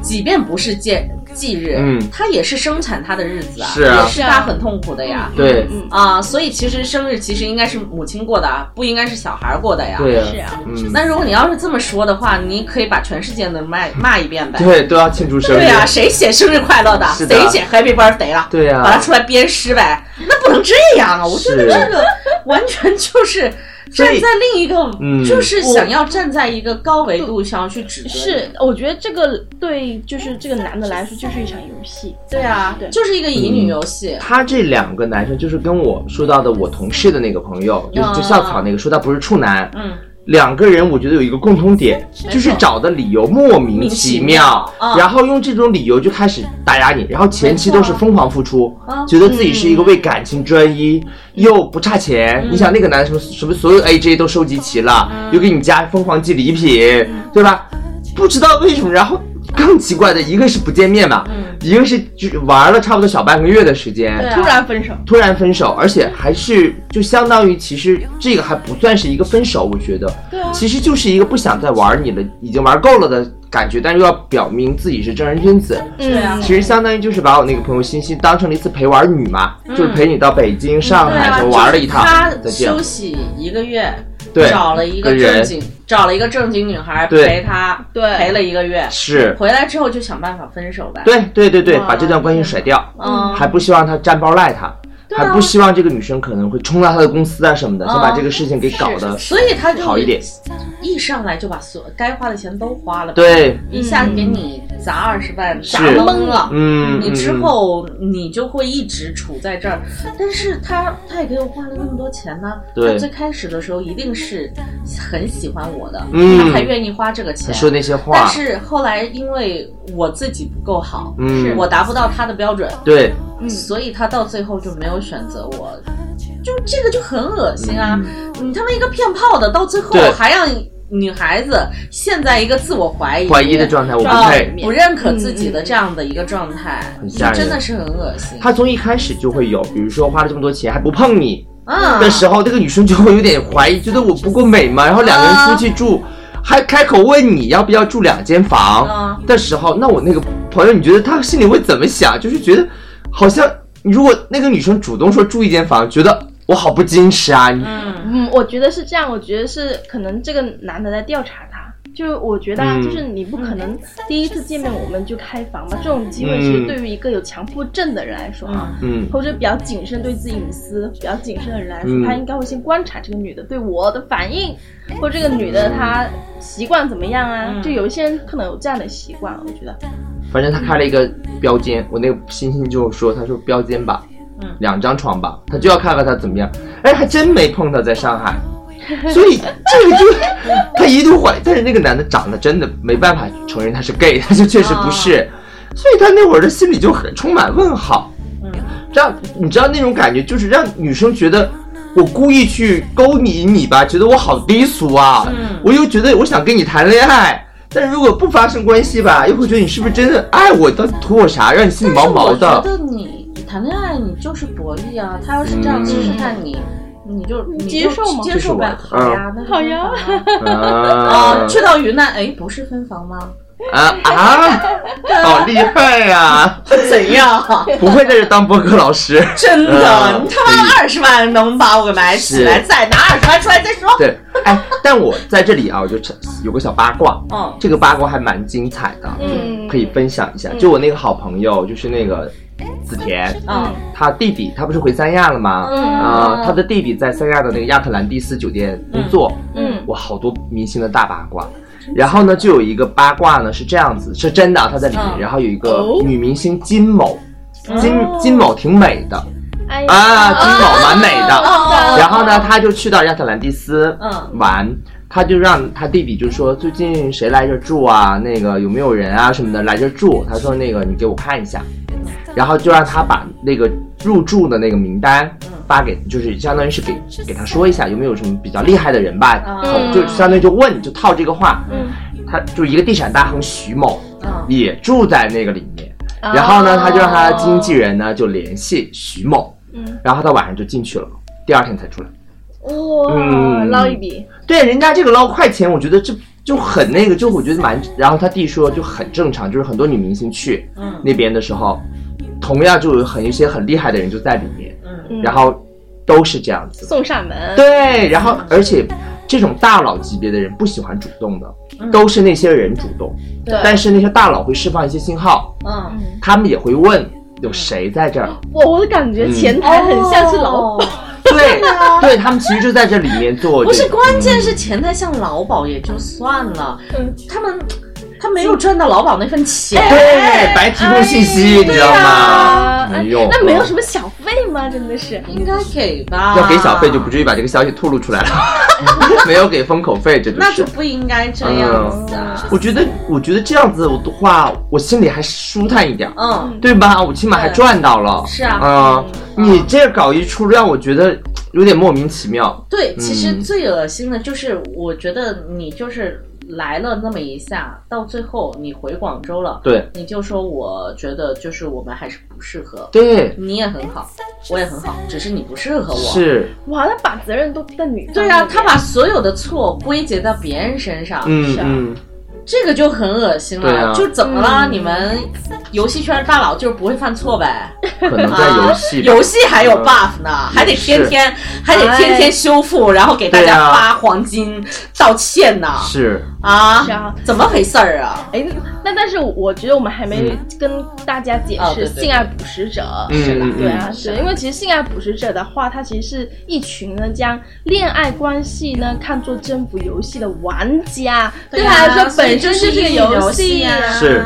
Speaker 2: 即便不是忌忌日，
Speaker 1: 嗯
Speaker 2: 他也是生产他的日子啊，
Speaker 1: 是啊
Speaker 2: 也是他很痛苦的呀。
Speaker 1: 对
Speaker 3: 嗯，
Speaker 2: 啊，所以其实生日其实应该是母亲过的，啊，不应该是小孩过的呀。
Speaker 1: 对
Speaker 3: 是
Speaker 1: 呀，
Speaker 3: 啊，
Speaker 1: 嗯，
Speaker 2: 那如果你要是这么说的话，你可以把全世界的骂骂一遍呗。
Speaker 1: 对都要庆祝生日
Speaker 2: 对，呀、谁写生日快乐的？
Speaker 1: 是的
Speaker 2: 谁写 Happy Birthday 了？
Speaker 1: 对呀
Speaker 2: 把它出来鞭尸呗。那不能这样啊！我觉得
Speaker 1: 啊是
Speaker 2: 这个完全就是
Speaker 1: 所
Speaker 2: 站
Speaker 1: 以
Speaker 2: 在另一个，
Speaker 1: 嗯
Speaker 2: 就是想要站在一个高维度上去指责你。
Speaker 3: 是，我觉得这个对，就是这个男的来说就是一场游戏，
Speaker 2: 对啊，
Speaker 3: 对
Speaker 2: 就是一个乙女游戏。
Speaker 1: 他这两个男生就是跟我说到的我同事的那个朋友，就是就校草那个，说他不是处男，
Speaker 2: 嗯，
Speaker 1: 两个人我觉得有一个共通点，就是找的理由莫名其妙，
Speaker 2: 嗯
Speaker 1: 然后用这种理由就开始打压你，然后前期都是疯狂付出，
Speaker 2: 啊
Speaker 1: 觉得自己是一个为感情专一、又不差钱。你想那个男的什么什么所有 AJ 都收集齐了，又给你家疯狂寄礼品，对吧？不知道为什么，然后。更奇怪的一个是不见面嘛，一个是就是玩了差不多小半个月的时间，
Speaker 2: 嗯对啊
Speaker 3: 突然分手，
Speaker 1: 突然分手，而且还是就相当于，其实这个还不算是一个分手，我觉得，对啊，其实就是一个不想再玩你了，已经玩够了的感觉，但是又要表明自己是正人君子，
Speaker 3: 对
Speaker 2: 啊
Speaker 1: 其实相当于就是把我那个朋友欣欣当成了一次陪玩女嘛，就是陪你到北京、上
Speaker 2: 嗯对
Speaker 1: 海
Speaker 2: 啊，
Speaker 1: 什么哎玩了一
Speaker 2: 就是
Speaker 1: 趟，
Speaker 2: 他
Speaker 1: 再见
Speaker 2: 休，息一个月，
Speaker 1: 对
Speaker 2: 找了一个
Speaker 1: 跟人
Speaker 2: 正经，找了一个正经女孩
Speaker 1: 对
Speaker 2: 陪他，
Speaker 3: 对
Speaker 2: 陪了一个月，
Speaker 1: 是，
Speaker 2: 回来之后就想办法分手呗。，
Speaker 1: 对对对对，
Speaker 3: 哇
Speaker 1: 把这段关系甩掉，
Speaker 2: 嗯，
Speaker 1: 还不希望他沾包赖他，还
Speaker 2: 啊哦
Speaker 1: 不希望这个女生可能会冲到他的公司啊什么的，想把这个事情给搞得
Speaker 2: 所以他就
Speaker 1: 好一点，
Speaker 2: 一上来就把所该花的钱都花了，，
Speaker 1: 对，
Speaker 2: 一下给你砸二十万，砸
Speaker 1: 是
Speaker 2: 懵了。
Speaker 1: 嗯，
Speaker 2: 你
Speaker 1: 嗯
Speaker 2: 之
Speaker 1: 嗯
Speaker 2: 后你就会一直处在这儿，但是他他也给我花了那么多钱呢、
Speaker 1: 对
Speaker 2: 他最开始的时候一定是很喜欢我的，
Speaker 1: 嗯
Speaker 2: 他才愿意花这个钱。
Speaker 1: 说那些话，
Speaker 2: 但是后来因为我自己不够好，
Speaker 1: 嗯
Speaker 2: 我达不到他的标准，
Speaker 1: 对，
Speaker 3: 嗯
Speaker 2: 所以他到最后就没有选择我，就这个就很恶心啊！你他妈一个骗炮的，到最后
Speaker 1: 嗯对
Speaker 2: 还让女孩子陷在一个自我怀疑、
Speaker 1: 怀疑的状态，我不
Speaker 2: 啊
Speaker 1: 配。
Speaker 2: 不认可自己的这样的一个状态，
Speaker 1: 吓人
Speaker 2: 就真的是很恶心。
Speaker 1: 他从一开始就会有，比如说花了这么多钱还不碰你
Speaker 2: 啊，
Speaker 1: 的时候，这个女生就会有点怀疑，觉得我不够美吗？然后两个人
Speaker 2: 啊
Speaker 1: 夫妻住，还开口问你要不要住两间
Speaker 2: 啊
Speaker 1: 房的时候，那我那个朋友，你觉得他心里会怎么想？就是觉得好像如果那个女生主动说住一间房，觉得我好不矜持啊，你
Speaker 2: 嗯
Speaker 3: 嗯，我觉得是这样，我觉得是可能这个男的在调查他，就是我觉得啊，
Speaker 1: 嗯
Speaker 3: 就是你不可能第一次见面我们就开房吧，这种机会其
Speaker 1: 嗯
Speaker 3: 实对于一个有强迫症的人来说啊。
Speaker 1: 嗯
Speaker 3: 或者比较谨慎，对自己隐私比较谨慎的人来说，
Speaker 1: 嗯
Speaker 3: 他应该会先观察这个女的对我的反应，或者这个女的她习惯怎么样啊？
Speaker 2: 嗯
Speaker 3: 就有一些人可能有这样的习惯，我觉得。
Speaker 1: 反正他开了一个标间，我那个星星就说，他说标间吧，
Speaker 2: 嗯
Speaker 1: 两张床吧，他就要看看他怎么样。哎，还真没碰到在上海，所以这个就他一度怀，但是那个男的长得真的没办法承认他是 gay，他就确实不是，所以他那会儿的心里就很充满问号。
Speaker 2: 嗯
Speaker 1: 让你知道那种感觉，就是让女生觉得我故意去勾引你吧，觉得我好低俗啊，
Speaker 2: 嗯
Speaker 1: 我又觉得我想跟你谈恋爱，但如果不发生关系吧，又会觉得你是不是真的爱我？到底图我啥？让你心里毛毛
Speaker 2: 但是我觉
Speaker 1: 的。
Speaker 2: 得你谈恋爱你就是博弈啊，他要是这样试试看你，你就你就
Speaker 3: 接受吗
Speaker 2: 接受呗，
Speaker 1: 嗯接受吧嗯
Speaker 2: 好呀，那就
Speaker 3: 好呀
Speaker 2: 分房啊。
Speaker 1: 啊
Speaker 2: 啊，去到云南，哎，不是分房吗？
Speaker 1: 啊 啊！好厉害呀、
Speaker 2: 怎样？
Speaker 1: 不会在这当播客老师。
Speaker 2: 真的，
Speaker 1: 嗯
Speaker 2: 你他妈二十万能把我给买起来，
Speaker 1: 是
Speaker 2: 再拿二十万出来再说。
Speaker 1: 对，哎，但我在这里啊，我就有个小八卦，
Speaker 2: 嗯
Speaker 1: 这个八卦还蛮精彩的，
Speaker 3: 嗯
Speaker 1: 可以分享一下。就我那个好朋友，就是那个子田，
Speaker 2: 嗯
Speaker 1: 他弟弟，他不是回三亚了吗？啊、他的弟弟在三亚的那个亚特兰蒂斯酒店工作，
Speaker 3: 嗯
Speaker 1: 哇，好多明星的大八卦。然后呢，就有一个八卦呢是这样子，是真的啊，他在里面。
Speaker 2: 嗯
Speaker 1: 然后有一个女明星金某，金
Speaker 3: 哦
Speaker 1: 金某挺美的
Speaker 3: 哎呀
Speaker 1: 啊，金某蛮美的。
Speaker 2: 哦
Speaker 1: 然后呢，他就去到亚特兰蒂斯
Speaker 2: 嗯
Speaker 1: 玩，他就让他弟弟就说最近谁来这儿住啊？那个有没有人啊什么的来这儿住？他说那个你给我看一下，然后就让他把那个入住的那个名单
Speaker 2: 嗯
Speaker 1: 发给，就是相当于是给给他说一下有没有什么比较厉害的人吧，
Speaker 2: 嗯
Speaker 1: 就相当于就问就套这个话，他就一个地产大亨徐某
Speaker 2: 嗯哦
Speaker 1: 也住在那个里面。
Speaker 3: 哦
Speaker 1: 然后呢，他就让他的经纪人呢就联系徐某，
Speaker 3: 嗯
Speaker 1: 然后他晚上就进去了，第二天才出来。
Speaker 3: 哇，
Speaker 1: 嗯
Speaker 3: 捞一笔，
Speaker 1: 对，人家这个捞快钱，我觉得这就很那个，就我觉得蛮。然后他弟说就很正常，就是很多女明星去
Speaker 2: 嗯
Speaker 1: 那边的时候，同样就有很一些很厉害的人就在里面，
Speaker 2: 嗯
Speaker 3: 嗯
Speaker 1: 然后都是这样子。
Speaker 3: 送上门，
Speaker 1: 对，然后而且这种大佬级别的人不喜欢主动的，都是那些人主动。
Speaker 2: 嗯对
Speaker 1: 但是那些大佬会释放一些信号，
Speaker 2: 嗯，
Speaker 1: 他们也会问有谁在这儿。
Speaker 3: 哇，我感觉前台哎很像是
Speaker 1: 嗯
Speaker 3: 老板，
Speaker 2: 哦
Speaker 1: 对，对他们其实就在这里面做这个。嗯
Speaker 2: 不是，关键是前台像劳保也就算了，
Speaker 3: 嗯
Speaker 2: 他们他没有赚到劳保那份钱，
Speaker 1: 对，白提
Speaker 2: 哎
Speaker 1: 供信息，你知道吗？哦
Speaker 3: 哎
Speaker 2: 啊
Speaker 1: 没用，
Speaker 3: 那没有什么小费吗？真的是，
Speaker 2: 应该给吧？
Speaker 1: 要给小
Speaker 2: 啊
Speaker 1: 费就不至于把这个消息吐露出来了， 没有给封口费，这就
Speaker 2: 那
Speaker 1: 是嗯
Speaker 2: 就。不应该这样子啊。
Speaker 1: 我觉得，我觉得这样子的话，我心里还舒坦一点儿，
Speaker 2: 嗯，
Speaker 1: 对吧？我起码还赚到了。
Speaker 2: 是啊
Speaker 1: 嗯，你这搞一出，让我觉得有点莫名其妙。
Speaker 2: 对，其实
Speaker 1: 嗯
Speaker 2: 最恶心的就是，我觉得你就是来了那么一下，到最后你回广州了，
Speaker 1: 对，
Speaker 2: 你就说我觉得就是我们还是不适合，
Speaker 1: 对，
Speaker 2: 你也很好，我也很好，只是你不适合我。
Speaker 1: 是，
Speaker 2: 啊
Speaker 3: 哇，他把责任都在你上面，
Speaker 2: 对啊，他把所有的错归结到别人身上，
Speaker 1: 嗯
Speaker 3: 是啊
Speaker 1: 嗯，
Speaker 2: 这个就很恶心
Speaker 1: 对
Speaker 2: 了。
Speaker 1: 啊
Speaker 2: 就怎么了？
Speaker 3: 嗯
Speaker 2: 你们游戏圈大佬就是不会犯错呗？
Speaker 1: 可能在游戏吧，
Speaker 2: 游戏还有 buff 呢，
Speaker 1: 嗯
Speaker 2: 还得天天还得天天修复，然后给大
Speaker 1: 哎对
Speaker 2: 家
Speaker 1: 啊
Speaker 2: 发黄金道歉呢。
Speaker 1: 是，
Speaker 2: 啊
Speaker 3: 是啊，
Speaker 2: 怎么回事儿啊？
Speaker 3: 哎，那但是我觉得我们还没跟大家解
Speaker 2: 哦对
Speaker 3: 释
Speaker 2: 对对
Speaker 3: 性爱捕食者，
Speaker 1: 嗯嗯
Speaker 3: 对啊，
Speaker 1: 嗯
Speaker 3: 对，因为其实性爱捕食者的话，它其实是一群呢将恋爱关系呢看作征服游戏的玩家，对他来说本身就是个游戏
Speaker 2: 啊，
Speaker 1: 是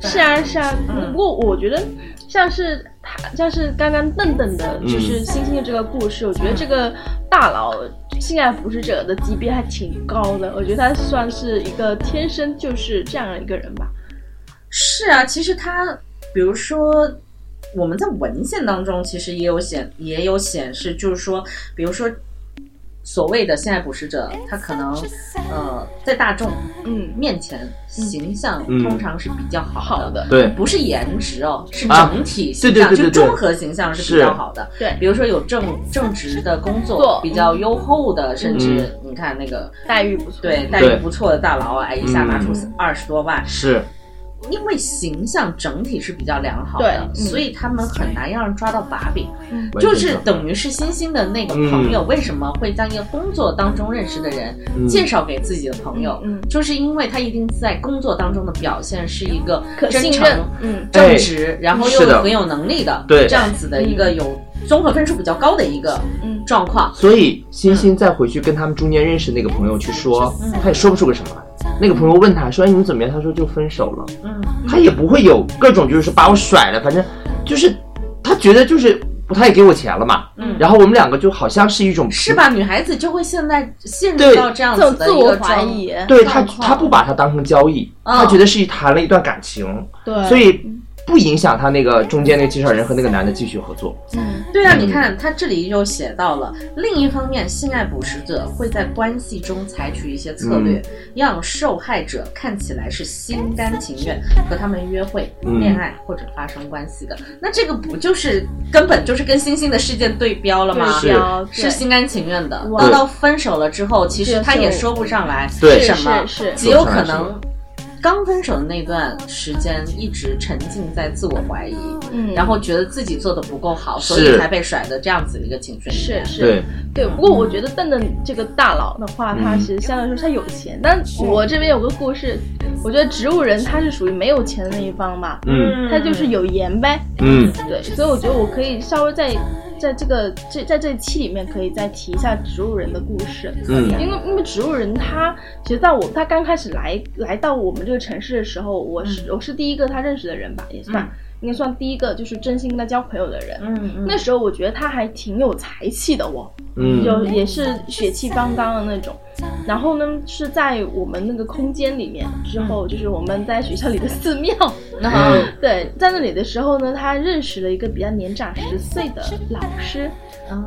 Speaker 3: 是啊是啊，
Speaker 2: 嗯
Speaker 3: 不过我觉得像是他像是刚刚邓邓的，
Speaker 1: 嗯
Speaker 3: 就是星星的这个故事，我觉得这个大佬性爱捕食者的级别还挺高的，我觉得他算是一个天生就是这样的一个人吧。
Speaker 2: 是啊，其实他，比如说。我们在文献当中其实也有显也有显示，就是说，比如说所谓的现在捕食者，他可能呃在大众
Speaker 3: 嗯，
Speaker 2: 面前形象
Speaker 1: 嗯
Speaker 2: 通常是比较好
Speaker 3: 好
Speaker 2: 的，
Speaker 3: 的，
Speaker 1: 对，
Speaker 2: 不是颜值哦，是
Speaker 1: 啊
Speaker 2: 整体
Speaker 1: 对
Speaker 2: 形象，
Speaker 1: 对对对对
Speaker 2: 就综合形象是比较好的。
Speaker 3: 对，
Speaker 2: 比如说有正正直的工作
Speaker 3: 做，
Speaker 2: 比较优厚的，甚至你看那个
Speaker 3: 待遇不错。
Speaker 2: 对待
Speaker 1: 嗯对
Speaker 2: 遇不错的大佬，哎，一下拿出
Speaker 3: 嗯
Speaker 2: 二十多万，
Speaker 1: 是，
Speaker 2: 因为形象整体是比较良好的，
Speaker 3: 对嗯
Speaker 2: 所以他们很难让人抓到把柄。
Speaker 1: 完全
Speaker 2: 就是
Speaker 1: 正常
Speaker 2: 等于是欣欣的那个朋友，为什么会在一个工作当中认识的人、
Speaker 1: 嗯
Speaker 2: 介绍给自己的朋友，
Speaker 3: 嗯嗯
Speaker 2: 就是因为他一定在工作当中的表现是一个
Speaker 3: 可
Speaker 2: 真
Speaker 3: 信
Speaker 2: 诚、
Speaker 3: 任，嗯，
Speaker 2: 正直，然后又
Speaker 1: 是的
Speaker 2: 很有能力的，
Speaker 1: 对
Speaker 2: 这样子的一个有综合分数比较高的一个
Speaker 3: 嗯
Speaker 2: 状况。
Speaker 1: 所以欣欣再回去跟他们中间认识那个朋友去说，他也说不出个什么来。那个朋友问他说：“哎，你们怎么样？”他说：“就分手了。”
Speaker 2: 嗯，
Speaker 1: 他也不会有各种就是把我甩了，反正就是他觉得就是他也给我钱了嘛。
Speaker 2: 嗯
Speaker 1: 然后我们两个就好像是一种
Speaker 2: 是？吧？女孩子就会现在陷入
Speaker 1: 对
Speaker 2: 到这样子
Speaker 3: 这种
Speaker 2: 的
Speaker 3: 自
Speaker 2: 一
Speaker 3: 我
Speaker 2: 个
Speaker 3: 怀
Speaker 2: 状
Speaker 3: 疑，
Speaker 1: 对他
Speaker 2: 状况
Speaker 1: 他不把它当成交易，
Speaker 2: 嗯
Speaker 1: 他觉得是谈了一段感情，
Speaker 3: 对，
Speaker 1: 所以不影响他那个中间那个介绍人和那个男的继续合作。
Speaker 3: 嗯
Speaker 2: 对啊，
Speaker 1: 嗯
Speaker 2: 你看他这里又写到了，另一方面，性爱捕食者会在关系中采取一些策
Speaker 1: 嗯
Speaker 2: 略，让受害者看起来是心甘情愿
Speaker 3: 哎
Speaker 2: 和他们约会、
Speaker 1: 嗯
Speaker 2: 恋爱或者发生关系的。那这个不就是根本就是跟星星的事件对标了吗？
Speaker 1: 是
Speaker 2: 是心甘情愿的。
Speaker 3: 哇
Speaker 2: 到到分手了之后，其
Speaker 3: 这
Speaker 2: 实
Speaker 3: 就
Speaker 2: 他也说不上来
Speaker 1: 对
Speaker 2: 什么，
Speaker 3: 是是
Speaker 2: 极有可能刚分手的那段时间一直沉浸在自我怀疑，
Speaker 3: 嗯
Speaker 2: 然后觉得自己做的不够好，
Speaker 1: 是
Speaker 2: 所以才被甩的这样子的一个情绪里
Speaker 3: 是
Speaker 2: 面。
Speaker 3: 是，
Speaker 1: 对，
Speaker 3: 对，不过我觉得笨笨这个大佬的话，他
Speaker 1: 嗯
Speaker 3: 其实相对来说他有钱，但我这边有个故事，我觉得植物人他是属于没有钱的那一方吧，
Speaker 1: 嗯
Speaker 3: 他就是有颜呗，
Speaker 1: 嗯，
Speaker 3: 对，所以我觉得我可以稍微在在这个这在这一期里面可以再提一下植物人的故事，
Speaker 1: 嗯
Speaker 3: 因为因为植物人他其实在我他刚开始来来到我们这个城市的时候，我是、我是第一个他认识的人吧，也算、应该算第一个就是真心跟他交朋友的人，
Speaker 2: 嗯嗯，
Speaker 3: 那时候我觉得他还挺有才气的哦。
Speaker 1: 嗯
Speaker 3: 就也是血气方刚的那种。然后呢，是在我们那个空间里面之后，就是我们在学校里的寺庙，
Speaker 2: 那好
Speaker 1: 嗯
Speaker 3: 对，在那里的时候呢，他认识了一个比较年长十岁的老师。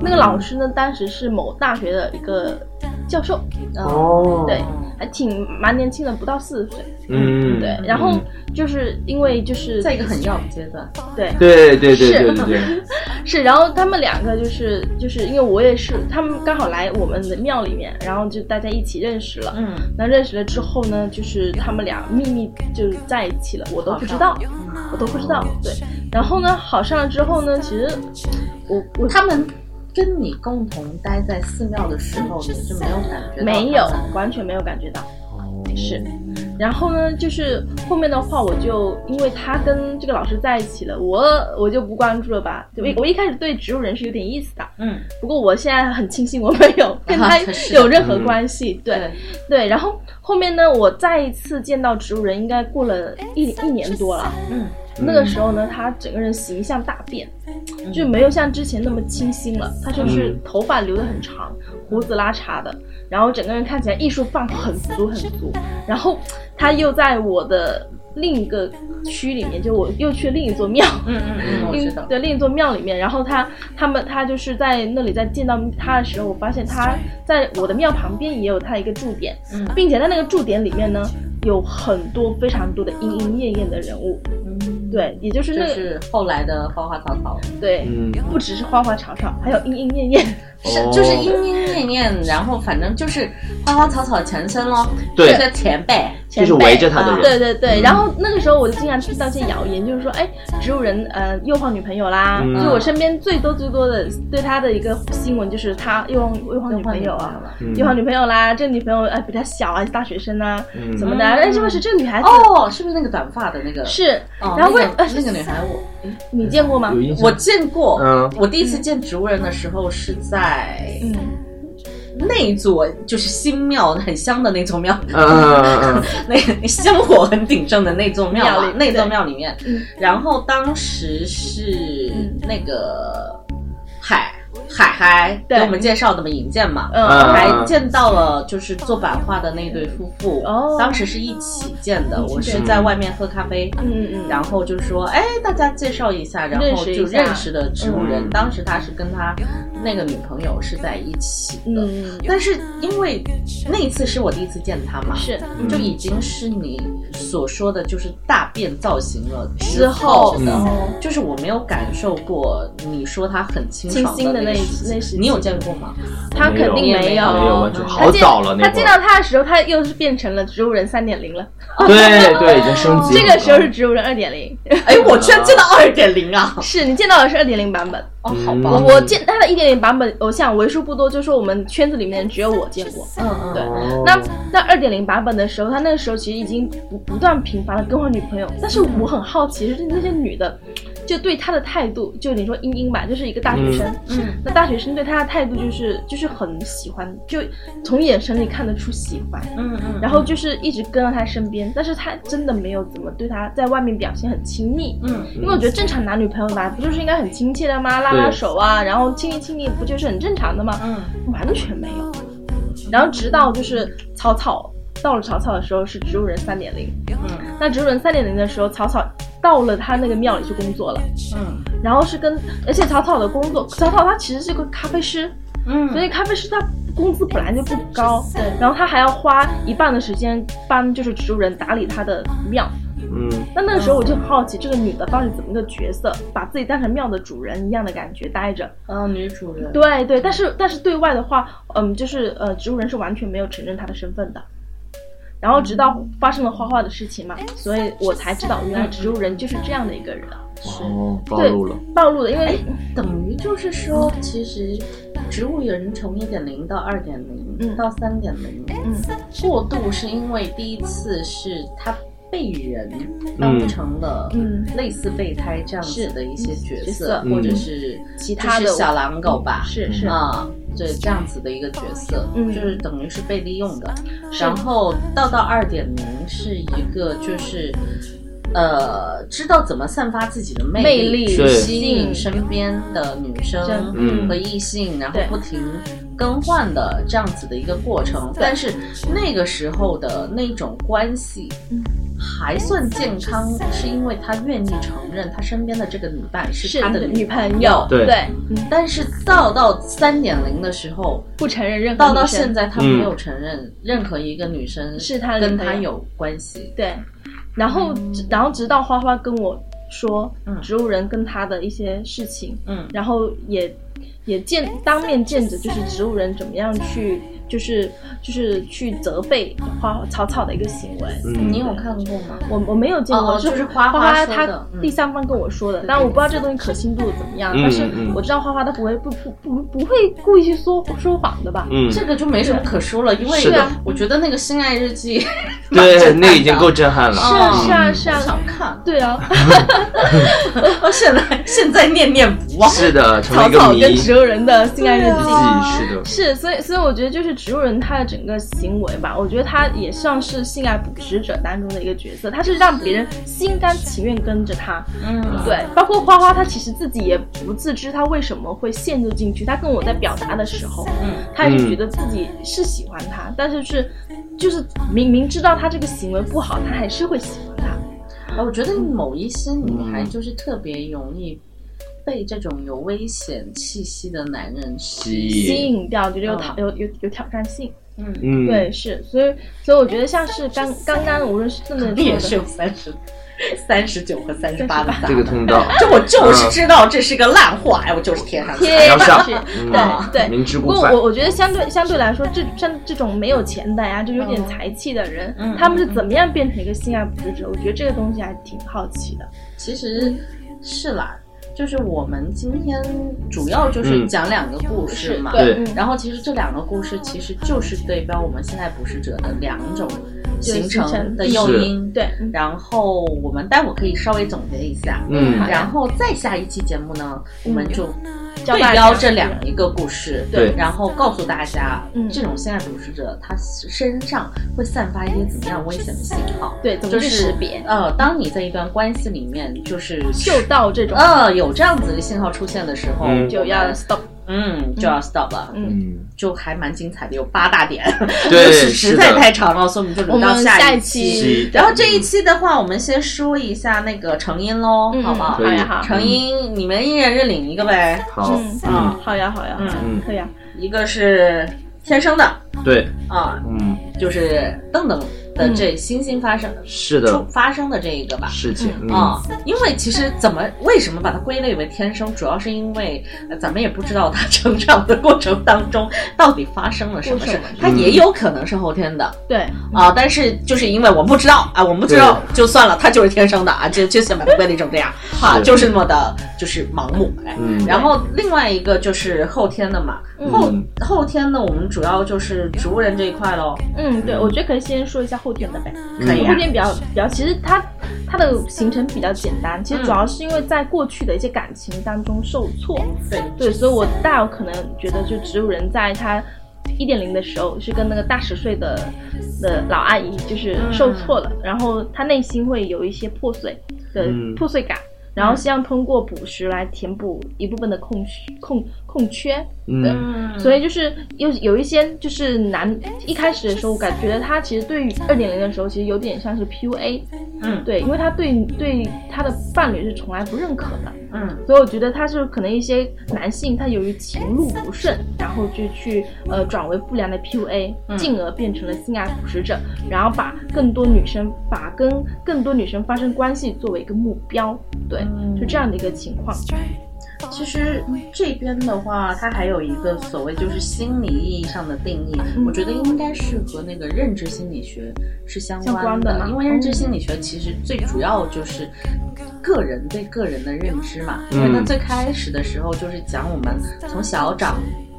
Speaker 3: 那个老师呢，当时是某大学的一个教授，
Speaker 1: 哦，
Speaker 3: 对，还挺蛮年轻的，不到四十岁。
Speaker 1: 嗯
Speaker 3: 对，然后就是因为就是
Speaker 2: 在一个很要的阶段，
Speaker 3: 对
Speaker 1: 对对对对对对，
Speaker 3: 是，然后他们两个就是就是因为我也是，他们刚好来我们的庙里面，然后就大家一起认识了。
Speaker 2: 嗯，
Speaker 3: 那认识了之后呢，就是他们俩秘密就是在一起了，我都不知道，我嗯都不知道。对，然后呢，好上了之后呢，其实我我
Speaker 2: 嗯他们跟你共同待在寺庙的时候，你是没有感觉到
Speaker 3: 没有
Speaker 2: 他们
Speaker 3: 完全没有感觉到，
Speaker 1: 哦
Speaker 3: 是。然后呢，就是后面的话，我就因为他跟这个老师在一起了，我我就不关注了吧。对，我一开始对植物人是有点意思的，
Speaker 2: 嗯，
Speaker 3: 不过我现在很庆幸我没有跟他
Speaker 2: 是
Speaker 3: 有任何关系，对
Speaker 2: 对
Speaker 3: 对。然后后面呢，我再一次见到植物人，应该过了一一年多了。
Speaker 2: 嗯，
Speaker 3: 那个时候呢，他整个人形象大变，就没有像之前那么清新了。他就是
Speaker 1: 嗯
Speaker 3: 头发留得很长，胡子拉碴的，然后整个人看起来艺术范很足很足。然后他又在我的另一个区里面，就我又去另一座庙，
Speaker 2: 嗯嗯嗯，我知道，
Speaker 3: 对，另一座庙里面，然后他他们他就是在那里在见到他的时候，我发现他在我的庙旁边也有他一个驻点，
Speaker 2: 嗯
Speaker 3: 并且在那个驻点里面呢，有很多非常多的莺莺燕燕的人物，
Speaker 2: 嗯，
Speaker 3: 对，也就是那
Speaker 2: 这
Speaker 3: 个、
Speaker 2: 是后来的花花草草，
Speaker 3: 对，
Speaker 1: 嗯，
Speaker 3: 不只是花花草草，还有莺莺燕燕，
Speaker 2: 是
Speaker 1: 哦
Speaker 2: 就是莺莺燕燕，然后反正就是花花草草前身咯，
Speaker 1: 对
Speaker 2: 这个前辈，
Speaker 1: 就是围着他的人，
Speaker 3: 对对对，然后那个时候我就经常听到一些谣言，就是说，哎，植物人呃诱惑女朋友啦，
Speaker 1: 嗯
Speaker 3: 就我身边最多最多的对他的一个新闻就是他诱惑诱惑女朋友啊，
Speaker 1: 嗯
Speaker 3: 有好女朋友啦，这女朋友哎比他小啊，大学生啊，
Speaker 1: 嗯
Speaker 3: 怎么的？哎，是不是这女孩子、
Speaker 2: 哦，是不是那个短发的那个？
Speaker 3: 是？
Speaker 2: 哦，
Speaker 3: 然后为
Speaker 2: 那个那个女孩我，
Speaker 3: 你见过吗
Speaker 1: 有？印象，
Speaker 2: 我见过，
Speaker 1: 嗯
Speaker 2: 我第一次见植物人的时候是在
Speaker 3: 嗯，
Speaker 2: 那座就是新庙很香的那座庙，
Speaker 1: 嗯嗯嗯
Speaker 2: 那 香火很鼎盛的那座庙
Speaker 3: 庙
Speaker 2: 啊
Speaker 3: 里，
Speaker 2: 那座
Speaker 3: 对
Speaker 2: 庙里面
Speaker 3: 嗯，
Speaker 2: 然后当时是
Speaker 3: 嗯
Speaker 2: 那个海海海给
Speaker 3: 对
Speaker 2: 我们介绍的嘛引荐嘛，
Speaker 3: 嗯
Speaker 1: 嗯
Speaker 2: 还见到了就是做版画的那对夫妇，
Speaker 3: 哦
Speaker 2: 当时是一起见的，
Speaker 3: 一起
Speaker 2: 我是
Speaker 3: 见
Speaker 2: 在外面喝咖啡，
Speaker 3: 嗯嗯嗯
Speaker 2: 然后就说，哎，大家介绍一下，然
Speaker 3: 认
Speaker 2: 后
Speaker 3: 识一
Speaker 2: 就
Speaker 3: 下
Speaker 2: 认识了植物人。
Speaker 1: 嗯
Speaker 2: 当时他是跟他那个女朋友是在一起的，
Speaker 3: 嗯，
Speaker 2: 但是因为那一次是我第一次见他嘛，
Speaker 3: 是
Speaker 2: 就已经是你所说的就是大变造型了
Speaker 3: 之后
Speaker 2: 后
Speaker 1: 嗯
Speaker 2: 的，
Speaker 3: 哦，
Speaker 2: 就是我没有感受过你说他很清
Speaker 3: 清
Speaker 2: 爽
Speaker 3: 新的
Speaker 2: 那
Speaker 3: 那
Speaker 2: 个
Speaker 3: 一
Speaker 2: 时期
Speaker 3: 那时期嗯
Speaker 2: 你有见过吗？
Speaker 3: 他肯定
Speaker 2: 没
Speaker 3: 没
Speaker 2: 有
Speaker 1: 没有完全
Speaker 3: 他
Speaker 1: 好
Speaker 3: 见
Speaker 1: 早了那会
Speaker 3: 他
Speaker 1: 儿
Speaker 3: 见到他的时候，他又是变成了植物人三点零了。
Speaker 1: 嗯 对对，已经升级了。
Speaker 3: 这个时候是植物人二点零，
Speaker 2: 哎，我居然见到二点零啊！
Speaker 3: 是你见到的是二点零版本。
Speaker 2: 哦，好
Speaker 1: 嗯
Speaker 2: 吧，
Speaker 3: 我我见他的一点零版本，我想为数不多，就说我们圈子里面只有我见过。
Speaker 2: 嗯嗯，
Speaker 3: 对
Speaker 1: 哦
Speaker 3: 那在二点零版本的时候，他那个时候其实已经不不断频繁的更换女朋友，但是我很好奇，就是那些女的，就对他的态度，就你说英英吧，就是一个大学生，
Speaker 2: 嗯嗯
Speaker 3: 那大学生对他的态度就是就是很喜欢，就从眼神里看得出喜欢，
Speaker 2: 嗯嗯，
Speaker 3: 然后就是一直跟到他身边，但是他真的没有怎么对他在外面表现很亲密，
Speaker 2: 嗯，
Speaker 3: 因为我觉得正常男女朋友吧，不就是应该很亲切的吗？拉拉
Speaker 1: 对
Speaker 3: 手啊，然后亲一亲你，不就是很正常的吗？
Speaker 2: 嗯，
Speaker 3: 完全没有。嗯然后直到就是草草到了草草的时候是植物人三点零，
Speaker 2: 嗯，
Speaker 3: 那植物人三点零的时候，草草到了他那个庙里去工作了，
Speaker 2: 嗯
Speaker 3: 然后是跟，而且草草的工作，草草他其实是个咖啡师，
Speaker 2: 嗯，
Speaker 3: 所以咖啡师他工资本来就不高，
Speaker 5: 对
Speaker 3: 然后他还要花一半的时间帮就是植物人打理他的庙。
Speaker 1: 嗯
Speaker 3: 那那个时候我就很好奇，这个女的到底怎么个角色，把自己当成庙的主人一样的感觉待着。
Speaker 2: 嗯、女主人，
Speaker 3: 对对，但是但是对外的话，嗯，就是呃，植物人是完全没有承认她的身份的。然后直到
Speaker 2: 嗯
Speaker 3: 发生了画画的事情嘛，
Speaker 2: 哎
Speaker 3: 所以我才知道原来植物人就是这样的一个人，
Speaker 1: 哦，暴
Speaker 3: 对
Speaker 1: 露了，
Speaker 3: 暴露了，因
Speaker 2: 哎
Speaker 3: 为
Speaker 2: 等于就是说，其实植物人从一点零到二点零
Speaker 3: 嗯
Speaker 2: 到三点零，
Speaker 3: 嗯
Speaker 2: 过渡是因为第一次是他被人当成了
Speaker 3: 嗯
Speaker 2: 类似备胎这样子的一些角
Speaker 3: 角
Speaker 2: 色
Speaker 3: 色，
Speaker 2: 或者
Speaker 1: 嗯
Speaker 2: 是
Speaker 3: 其他的嗯
Speaker 2: 就是小狼狗吧，
Speaker 3: 是是
Speaker 2: 啊，这这样子的一个角色，
Speaker 3: 嗯
Speaker 2: 就是等于是被利用的。
Speaker 3: 是
Speaker 2: 然后到到二点零是一个就是。呃，知道怎么散发自己的魅
Speaker 3: 魅力
Speaker 2: 去
Speaker 1: 对
Speaker 2: 吸引身边的女
Speaker 3: 真
Speaker 2: 生
Speaker 1: 嗯
Speaker 2: 和异性，然后
Speaker 3: 对
Speaker 2: 不停更换的这样子的一个过程。但是那个时候的那种关系
Speaker 3: 嗯
Speaker 2: 还算健康，是因为他愿意承认他身边的这个女伴是
Speaker 3: 是
Speaker 2: 他
Speaker 3: 你
Speaker 2: 的
Speaker 3: 的
Speaker 2: 女
Speaker 3: 女
Speaker 2: 朋友。
Speaker 3: 朋友，
Speaker 1: 对
Speaker 3: 嗯
Speaker 2: 但是到到三点零的时候，
Speaker 3: 不承认任何
Speaker 2: 到到
Speaker 3: 女生
Speaker 2: 现在他
Speaker 1: 嗯
Speaker 2: 没有承认任何一个女生
Speaker 3: 是他的
Speaker 2: 跟
Speaker 3: 女朋友
Speaker 2: 嗯他有关系。
Speaker 3: 对，然后直然后直到花花跟我说
Speaker 2: 嗯
Speaker 3: 植物人跟他的一些事情，
Speaker 2: 嗯
Speaker 3: 然后也也见当面见着，就是植物人怎么样去，就是就是去责备花草草的一个行为。
Speaker 1: 嗯，
Speaker 2: 你有看过吗？
Speaker 3: 我我没有见过，
Speaker 2: 哦就是
Speaker 3: 是
Speaker 2: 花花
Speaker 3: 花
Speaker 2: 说
Speaker 3: 她
Speaker 2: 的嗯
Speaker 3: 第三方跟我说的，但我不知道这个东西可信度怎么样，
Speaker 1: 嗯
Speaker 3: 但是
Speaker 1: 嗯
Speaker 3: 我知道花花她不会不不不不会故意去说说谎的吧？
Speaker 1: 嗯，
Speaker 2: 这个就没什么可说了，因为
Speaker 1: 是的
Speaker 2: 我觉得那个《性爱日记》
Speaker 1: 对，那已经够震撼了。
Speaker 3: 是啊是啊
Speaker 1: 嗯
Speaker 3: 是啊，
Speaker 2: 想看，
Speaker 3: 对啊，
Speaker 2: 到 现在现在念念不忘。
Speaker 1: 是的，成为
Speaker 3: 草
Speaker 1: 一个
Speaker 3: 草
Speaker 1: 谜，
Speaker 3: 跟
Speaker 1: 一记
Speaker 3: 植物人的性爱
Speaker 1: 忆
Speaker 3: 日记。
Speaker 1: 是的，
Speaker 3: 是，所以所以我觉得就是植物人他的整个行为吧，我觉得他也像是性爱捕食者当中的一个角色，他是让别人心甘情愿跟着他。
Speaker 2: 嗯，
Speaker 3: 对，包括花花，他其实自己也不自知他为什么会陷入进去。他跟我在表达的时候，
Speaker 2: 嗯，
Speaker 3: 他也是觉得自己是喜欢他，但是是就是明明知道他这个行为不好，他还是会喜欢他。
Speaker 2: 啊我觉得某一些女孩就是特别容易被这种有危险气息的男人
Speaker 1: 记
Speaker 2: 吸。
Speaker 3: 吸
Speaker 1: 忆，
Speaker 3: 引掉，觉得有
Speaker 2: 嗯
Speaker 3: 挑有有有挑战性，
Speaker 2: 嗯，
Speaker 1: 嗯，
Speaker 3: 对，是，所以所以我觉得像是刚刚刚无论是正面说
Speaker 2: 也
Speaker 3: 的，
Speaker 2: 是有三十、三十九和三十八的大。
Speaker 1: 这个通道，
Speaker 2: 就我就是知道这是个烂货，哎，我就是贴上去。
Speaker 3: 贴
Speaker 1: 要上
Speaker 3: 上去，
Speaker 1: 嗯
Speaker 3: 对对
Speaker 1: 明知
Speaker 3: 不
Speaker 1: 故
Speaker 3: 过
Speaker 1: 犯
Speaker 3: 我，我觉得相对相对来说，这像这种没有钱的呀，就有点才气的人，
Speaker 2: 嗯
Speaker 3: 他们是怎么样变成一个性爱捕食者？我觉得这个东西还挺好奇的。
Speaker 2: 其实
Speaker 3: 嗯
Speaker 2: 是啦，就是我们今天主要
Speaker 1: 嗯
Speaker 2: 就是讲两个故事嘛。
Speaker 1: 对
Speaker 3: 嗯
Speaker 2: 然后其实这两个故事其实就是对标我们现在捕食者的两种
Speaker 3: 是
Speaker 2: 形成的
Speaker 3: 形
Speaker 2: 诱
Speaker 1: 成
Speaker 2: 因。
Speaker 3: 对，嗯
Speaker 2: 然后我们待会可以稍微总结一下，
Speaker 1: 嗯
Speaker 2: 然后再下一期节目呢，
Speaker 3: 嗯
Speaker 2: 我们就
Speaker 3: 教
Speaker 2: 对
Speaker 3: 大
Speaker 2: 标
Speaker 3: 家
Speaker 2: 这两一个故事，
Speaker 1: 对
Speaker 2: 然后告诉大家，
Speaker 3: 嗯
Speaker 2: 这种性爱捕食者他身上会散发一些怎么样危险的信号，
Speaker 3: 对怎么
Speaker 2: 就
Speaker 3: 去
Speaker 2: 是
Speaker 3: 识别
Speaker 2: 呃，当你在一段关系里面，就是
Speaker 3: 嗅到这种
Speaker 2: 呃有这样子的信号出现的时候，
Speaker 1: 嗯
Speaker 3: 就要 stop，
Speaker 2: 嗯就要 stop 了。
Speaker 3: 嗯
Speaker 1: 嗯，
Speaker 2: 就还蛮精彩的，有八大点，
Speaker 1: 对
Speaker 2: 实
Speaker 1: 是
Speaker 2: 在
Speaker 1: 的
Speaker 2: 太长了，所以我们就
Speaker 3: 我
Speaker 2: 留到
Speaker 3: 们下
Speaker 2: 一
Speaker 1: 是
Speaker 3: 一期
Speaker 2: 然后这一期的话，我们先说一下那个成因喽，
Speaker 3: 嗯
Speaker 2: 好不好
Speaker 1: 可？以
Speaker 3: 呀好
Speaker 2: 成因，你们一人认领一个呗。
Speaker 1: 好，
Speaker 3: 嗯
Speaker 1: 嗯，
Speaker 3: 好呀好呀，
Speaker 1: 嗯
Speaker 3: 可以啊，
Speaker 2: 一个是天生的
Speaker 1: 对，
Speaker 2: 啊，
Speaker 1: 嗯，
Speaker 2: 就是邓邓
Speaker 3: 嗯
Speaker 2: 的这新兴发生、
Speaker 1: 是
Speaker 2: 出
Speaker 1: 的，
Speaker 2: 发生的这一个吧。
Speaker 1: 事情，
Speaker 2: 啊
Speaker 1: 嗯，、
Speaker 2: 因为其实怎么为什么把它归类为天生，主要是因为呃咱们也不知道他成长的过程当中到底发生了什么
Speaker 3: 过
Speaker 2: 事
Speaker 1: 嗯
Speaker 3: 程，
Speaker 2: 他也有可能是后天的，
Speaker 3: 对，
Speaker 2: 啊，但是就是因为我们不知道啊，我们不知道就算了，他就是天生的啊，就就像把它归类成这样啊，
Speaker 1: 是
Speaker 2: 就是那么的，就是盲目。哎
Speaker 1: 嗯
Speaker 2: 然后另外一个就是后天的嘛，后
Speaker 1: 嗯
Speaker 2: 后天呢，我们主要就是植物人这一块喽，
Speaker 3: 嗯对，我觉得可以先说一下后天的呗。
Speaker 1: 嗯
Speaker 2: 可以
Speaker 3: 后
Speaker 2: 啊，
Speaker 3: 天比较比较，其实它它的行程比较简单，其实主要是因为在过去的一些感情当中受挫，
Speaker 2: 对
Speaker 3: 对，所以我大有可能觉得，就植物人在他一点零的时候是跟那个大十岁的的老阿姨就是受挫了，然后他内心会有一些破碎的、
Speaker 1: 嗯
Speaker 3: 破碎感，然后希望通过捕食来填补一部分的空虚空空缺。
Speaker 1: 嗯
Speaker 2: 嗯，
Speaker 3: 所以就是有有一些就是男一开始的时候，我感觉他其实对于二点零的时候，其实有点像是 PUA，
Speaker 2: 嗯
Speaker 3: 对，因为他对对他的伴侣是从来不认可的，
Speaker 2: 嗯
Speaker 3: 所以我觉得他是可能一些男性他由于情路不顺，然后就去呃转为不良的 PUA，
Speaker 2: 嗯
Speaker 3: 进而变成了性爱捕食者，然后把更多女生把跟更多女生发生关系作为一个目标，对，就这样的一个情况，
Speaker 2: 其实这边的话，它还有一个所谓就是心理意义上的定义，
Speaker 3: 嗯
Speaker 2: 我觉得应该是和那个认知心理学是相
Speaker 3: 相关的
Speaker 2: 的，
Speaker 3: 啊吗
Speaker 2: 因为认知心理学其实最主要就是个人对个人的认知嘛。
Speaker 1: 嗯
Speaker 2: 因为它最开始的时候就是讲我们从小长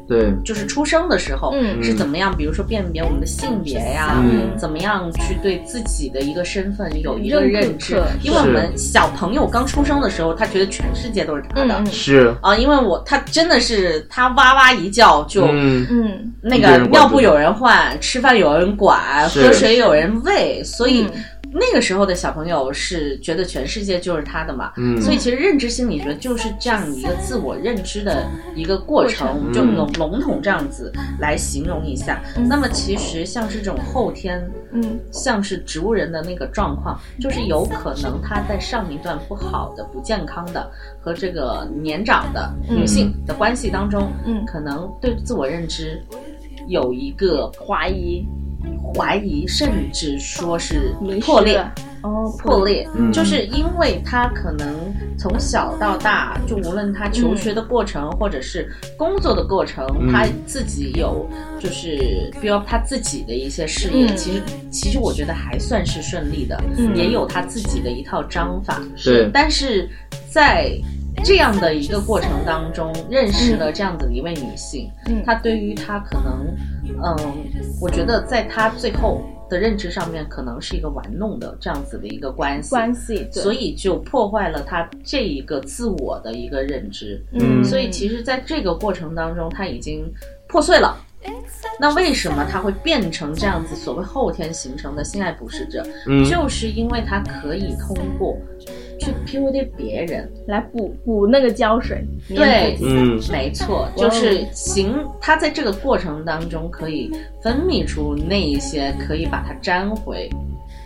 Speaker 1: 对，
Speaker 2: 就是出生的时候
Speaker 3: 嗯
Speaker 2: 是怎么样，比如说辨别我们的性别呀、
Speaker 1: 嗯
Speaker 2: 怎么样去对自己的一个身份有一个
Speaker 3: 认可
Speaker 2: 认知
Speaker 3: 是，
Speaker 2: 因为我们小朋友刚出生的时候，他觉得全世界都是他
Speaker 3: 嗯
Speaker 2: 的。
Speaker 3: 嗯
Speaker 1: 是，
Speaker 2: 啊，因为我他真的是他哇哇一叫就、
Speaker 1: 嗯
Speaker 3: 嗯
Speaker 2: 那
Speaker 1: 一个
Speaker 2: 个
Speaker 1: 人管
Speaker 2: 尿
Speaker 1: 住
Speaker 2: 布有人换，吃饭有人管，
Speaker 1: 是
Speaker 2: 喝水有人喂，所以
Speaker 3: 嗯
Speaker 2: 那个时候的小朋友是觉得全世界就是他的嘛。
Speaker 1: 嗯，
Speaker 2: 所以其实认知心理学就是这样一个自我认知的一个过程，
Speaker 3: 过程
Speaker 2: 我们就
Speaker 1: 嗯
Speaker 2: 笼笼统这样子来形容一下。
Speaker 3: 嗯
Speaker 2: 那么其实像这种后天
Speaker 3: 嗯
Speaker 2: 像是植物人的那个状况，就是有可能他在上一段不好的、不健康的和这个年长的女性的关系当中，
Speaker 3: 嗯
Speaker 2: 可能对自我认知有一个
Speaker 3: 怀疑
Speaker 2: 怀疑，甚至说是
Speaker 3: 迷失
Speaker 2: 破裂
Speaker 3: 了。啊哦
Speaker 2: 破裂
Speaker 1: 嗯，
Speaker 2: 就是因为他可能从小到大，就无论他求学的过程，或者是工作的过程，
Speaker 1: 嗯
Speaker 2: 他自己有就是，比如他自己的一些事业，
Speaker 3: 嗯
Speaker 2: 其实其实我觉得还算是顺利的，
Speaker 3: 嗯
Speaker 2: 也有他自己的一套章法，
Speaker 1: 对，
Speaker 2: 但是在。这样的一个过程当中，认识了这样子一位女性，
Speaker 3: 嗯
Speaker 2: 她对于她可能，嗯，我觉得在她最后的认知上面，可能是一个玩弄的这样子的一个关系，
Speaker 3: 关系，对
Speaker 2: 所以就破坏了她这一个自我的一个认知。
Speaker 1: 嗯
Speaker 2: 所以其实，在这个过程当中，她已经破碎了。那为什么她会变成这样子所谓后天形成的性爱捕食者？
Speaker 1: 嗯
Speaker 2: 就是因为她可以通过去 PUA 别人，
Speaker 3: 来补补那个胶水，
Speaker 2: 对，
Speaker 1: 嗯
Speaker 2: 没错，
Speaker 3: 哇哦
Speaker 2: 就是行，它在这个过程当中可以分泌出那一些可以把它粘回，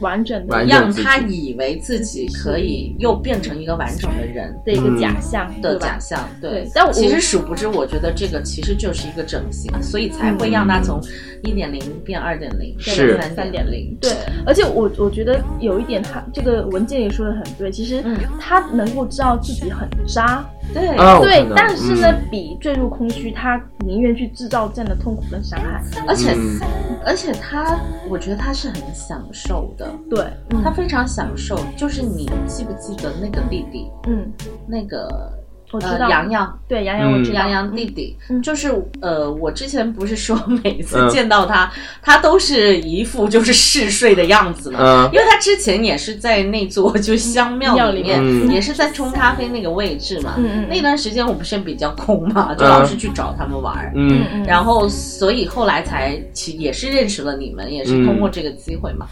Speaker 3: 完整的
Speaker 1: 完整
Speaker 2: 让
Speaker 1: 自己
Speaker 2: 他以为自己可以又变成一个完整的人
Speaker 3: 的一个假象，
Speaker 2: 的
Speaker 3: 对
Speaker 2: 假
Speaker 3: 吧？
Speaker 2: 象。
Speaker 3: 对但我
Speaker 2: 其实殊不知，我觉得这个其实就是一个整形，所以才会让他
Speaker 3: 嗯
Speaker 2: 从一点零变二点零，
Speaker 1: 是
Speaker 2: 三点零。
Speaker 3: 对，而且我我觉得有一点他，这个文件也说的很对，其实
Speaker 2: 嗯
Speaker 3: 他能够知道自己很渣，
Speaker 2: 对，
Speaker 1: 啊，我
Speaker 3: 对
Speaker 1: 看到，
Speaker 3: 但是呢
Speaker 1: 嗯，
Speaker 3: 比坠入空虚，他宁愿去制造这样的痛苦跟伤害。
Speaker 2: 而且
Speaker 1: 嗯
Speaker 2: 而且他，我觉得他是很享受的，
Speaker 3: 对，
Speaker 2: 他
Speaker 3: 嗯
Speaker 2: 非常享受。就是你记不记得那个弟弟？
Speaker 3: 嗯，
Speaker 2: 那个
Speaker 3: 我知
Speaker 2: 呃
Speaker 3: 道，
Speaker 2: 洋洋。
Speaker 3: 对洋洋我
Speaker 1: 嗯
Speaker 3: 知道，
Speaker 2: 洋洋弟弟，
Speaker 3: 嗯
Speaker 2: 就是呃，我之前不是说 每次
Speaker 1: 嗯
Speaker 2: 见到他，他都是一副就是嗜睡的样子嘛。
Speaker 1: 嗯
Speaker 2: 因为他之前也是在那座就香庙
Speaker 3: 庙
Speaker 2: 里
Speaker 3: 里
Speaker 2: 面，
Speaker 1: 面
Speaker 2: 也是在冲咖啡那个位置嘛。
Speaker 3: 嗯嗯
Speaker 2: 那段时间我不是比较空嘛，就老是去找他们玩儿。
Speaker 1: 嗯
Speaker 3: 嗯，
Speaker 2: 然后，所以后来才其也是认识了你们，也是通
Speaker 1: 嗯
Speaker 2: 过这个机会嘛。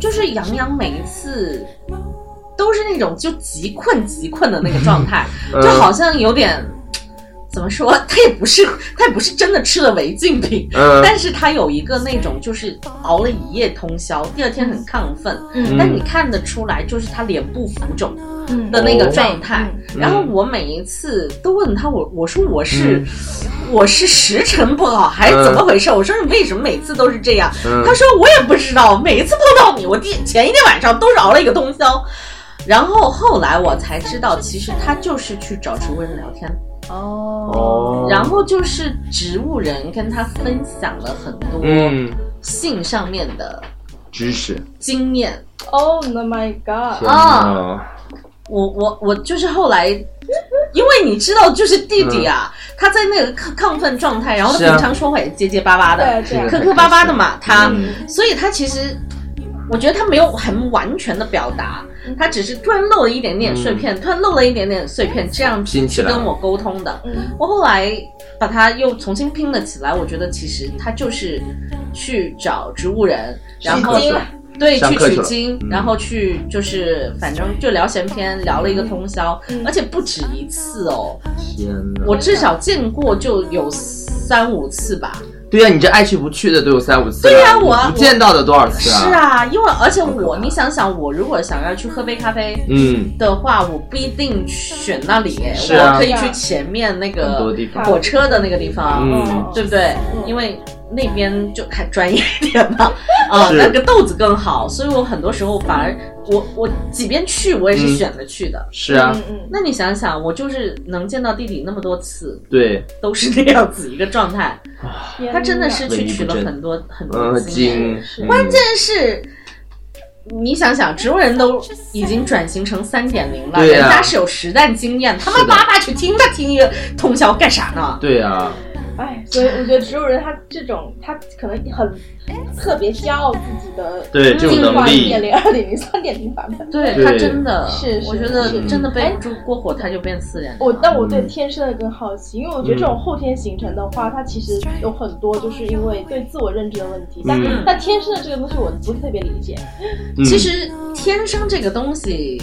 Speaker 2: 就是杨洋每一次都是那种就极困极困的那个状态，
Speaker 1: 嗯
Speaker 2: 就好像有点怎么说，他也不是他也不是真的吃了违禁品。
Speaker 1: 嗯
Speaker 2: 但是他有一个那种，就是熬了一夜通宵，第二天很亢奋，
Speaker 3: 嗯
Speaker 2: 但你看得出来，就是他脸部浮肿
Speaker 3: 嗯
Speaker 2: 的那个
Speaker 1: 哦
Speaker 2: 状态。
Speaker 1: 嗯
Speaker 2: 然后我每一次都问他，我我说我是、
Speaker 1: 嗯
Speaker 2: 我是时辰不好还是怎么回事？我说你为什么每次都是这样？
Speaker 1: 嗯
Speaker 2: 他说我也不知道，每一次碰到你，我第前一天晚上都是熬了一个通宵。然后后来我才知道，其实他就是去找植物人聊天，
Speaker 3: 哦，
Speaker 1: 哦，
Speaker 2: 然后就是植物人跟他分享了很多
Speaker 1: 嗯，
Speaker 2: 性上面的
Speaker 1: 知识
Speaker 2: 经验。
Speaker 3: 哦，Oh my god，
Speaker 2: 啊，我我我就是后来，因为你知道，就是弟弟啊，他在那个亢亢奋状态，然后他
Speaker 1: 嗯是啊
Speaker 2: 平常说话也结结巴巴的
Speaker 3: 对，对
Speaker 2: 磕磕巴巴的
Speaker 1: 嘛。
Speaker 2: 嘛，他，
Speaker 1: 嗯
Speaker 2: 所以他其实，我觉得他没有很完全的表达，他只是突然漏了一点点碎片，突然漏了一点点碎片，这样
Speaker 1: 拼嗯起
Speaker 2: 去
Speaker 1: 来
Speaker 2: 跟我沟通的。
Speaker 3: 嗯
Speaker 2: 我后来把它又重新拼了起来，我觉得其实他就是去找植物人，然后
Speaker 1: 是的
Speaker 2: 对，
Speaker 1: 上
Speaker 2: 去
Speaker 1: 课去
Speaker 2: 取
Speaker 1: 了
Speaker 2: 经，
Speaker 1: 嗯
Speaker 2: 然后去就是反正就聊闲篇，聊了一个通宵，
Speaker 3: 嗯
Speaker 2: 而且不止一次哦，
Speaker 1: 天哪！
Speaker 2: 我至少见过就有三五次吧。
Speaker 1: 对呀、你这爱去不去的都有三五次了，
Speaker 2: 对呀我
Speaker 1: 你不见到的多少次啊？
Speaker 2: 是，啊，因为而且
Speaker 1: 可
Speaker 2: 我，
Speaker 1: 怕
Speaker 2: 你想想，我如果想要去喝杯咖啡
Speaker 1: 嗯，
Speaker 2: 的话，我不一定选那里，
Speaker 1: 是啊
Speaker 2: 我可以去前面那
Speaker 1: 很多
Speaker 2: 个
Speaker 1: 地方，
Speaker 2: 火车的那个地方，
Speaker 1: 嗯
Speaker 2: 对不对？因为那边就还专业一点嘛， 啊、
Speaker 1: 是
Speaker 2: 那个豆子更好，所以我很多时候反而我我即便去，我也是
Speaker 1: 嗯
Speaker 2: 选择去的。
Speaker 1: 是啊，
Speaker 3: 嗯嗯，
Speaker 2: 那你想想，我就是能见到弟弟那么多次，
Speaker 1: 对，
Speaker 2: 都是那样子一个状态。
Speaker 3: 天
Speaker 2: 他真的
Speaker 3: 哪
Speaker 2: 是去取
Speaker 1: 嗯
Speaker 2: 了
Speaker 1: 文艺不振
Speaker 2: 很多很多
Speaker 1: 嗯，
Speaker 2: 经验，
Speaker 1: 经，嗯
Speaker 2: 关键是。你想想，植物人都已经转型成三点零了，
Speaker 1: 对呀
Speaker 2: 人家是有实战经验，他
Speaker 1: 是
Speaker 2: 们
Speaker 1: 的
Speaker 2: 爸爸去听他听一个通宵干啥呢？
Speaker 1: 对啊，
Speaker 3: 哎，所以我觉得植物人他这种，他可能很特别骄傲自己的
Speaker 1: 对这种能
Speaker 3: 一
Speaker 1: 力
Speaker 3: 点，零、二点零、三点零版本。
Speaker 2: 对
Speaker 1: 对
Speaker 2: 他真的
Speaker 3: 是是哎
Speaker 2: 我觉得
Speaker 1: 是
Speaker 2: 真的背不住过火，他就变四人。
Speaker 3: 我，但我
Speaker 1: 嗯
Speaker 3: 对天生的更好奇，因为我觉得这种后天形成的话，它其实有很多就是因为对自我认知的问题。但、
Speaker 1: 嗯
Speaker 3: 但天生的这个东西，我不是特别理解。
Speaker 1: 嗯
Speaker 2: 其实天生这个东西，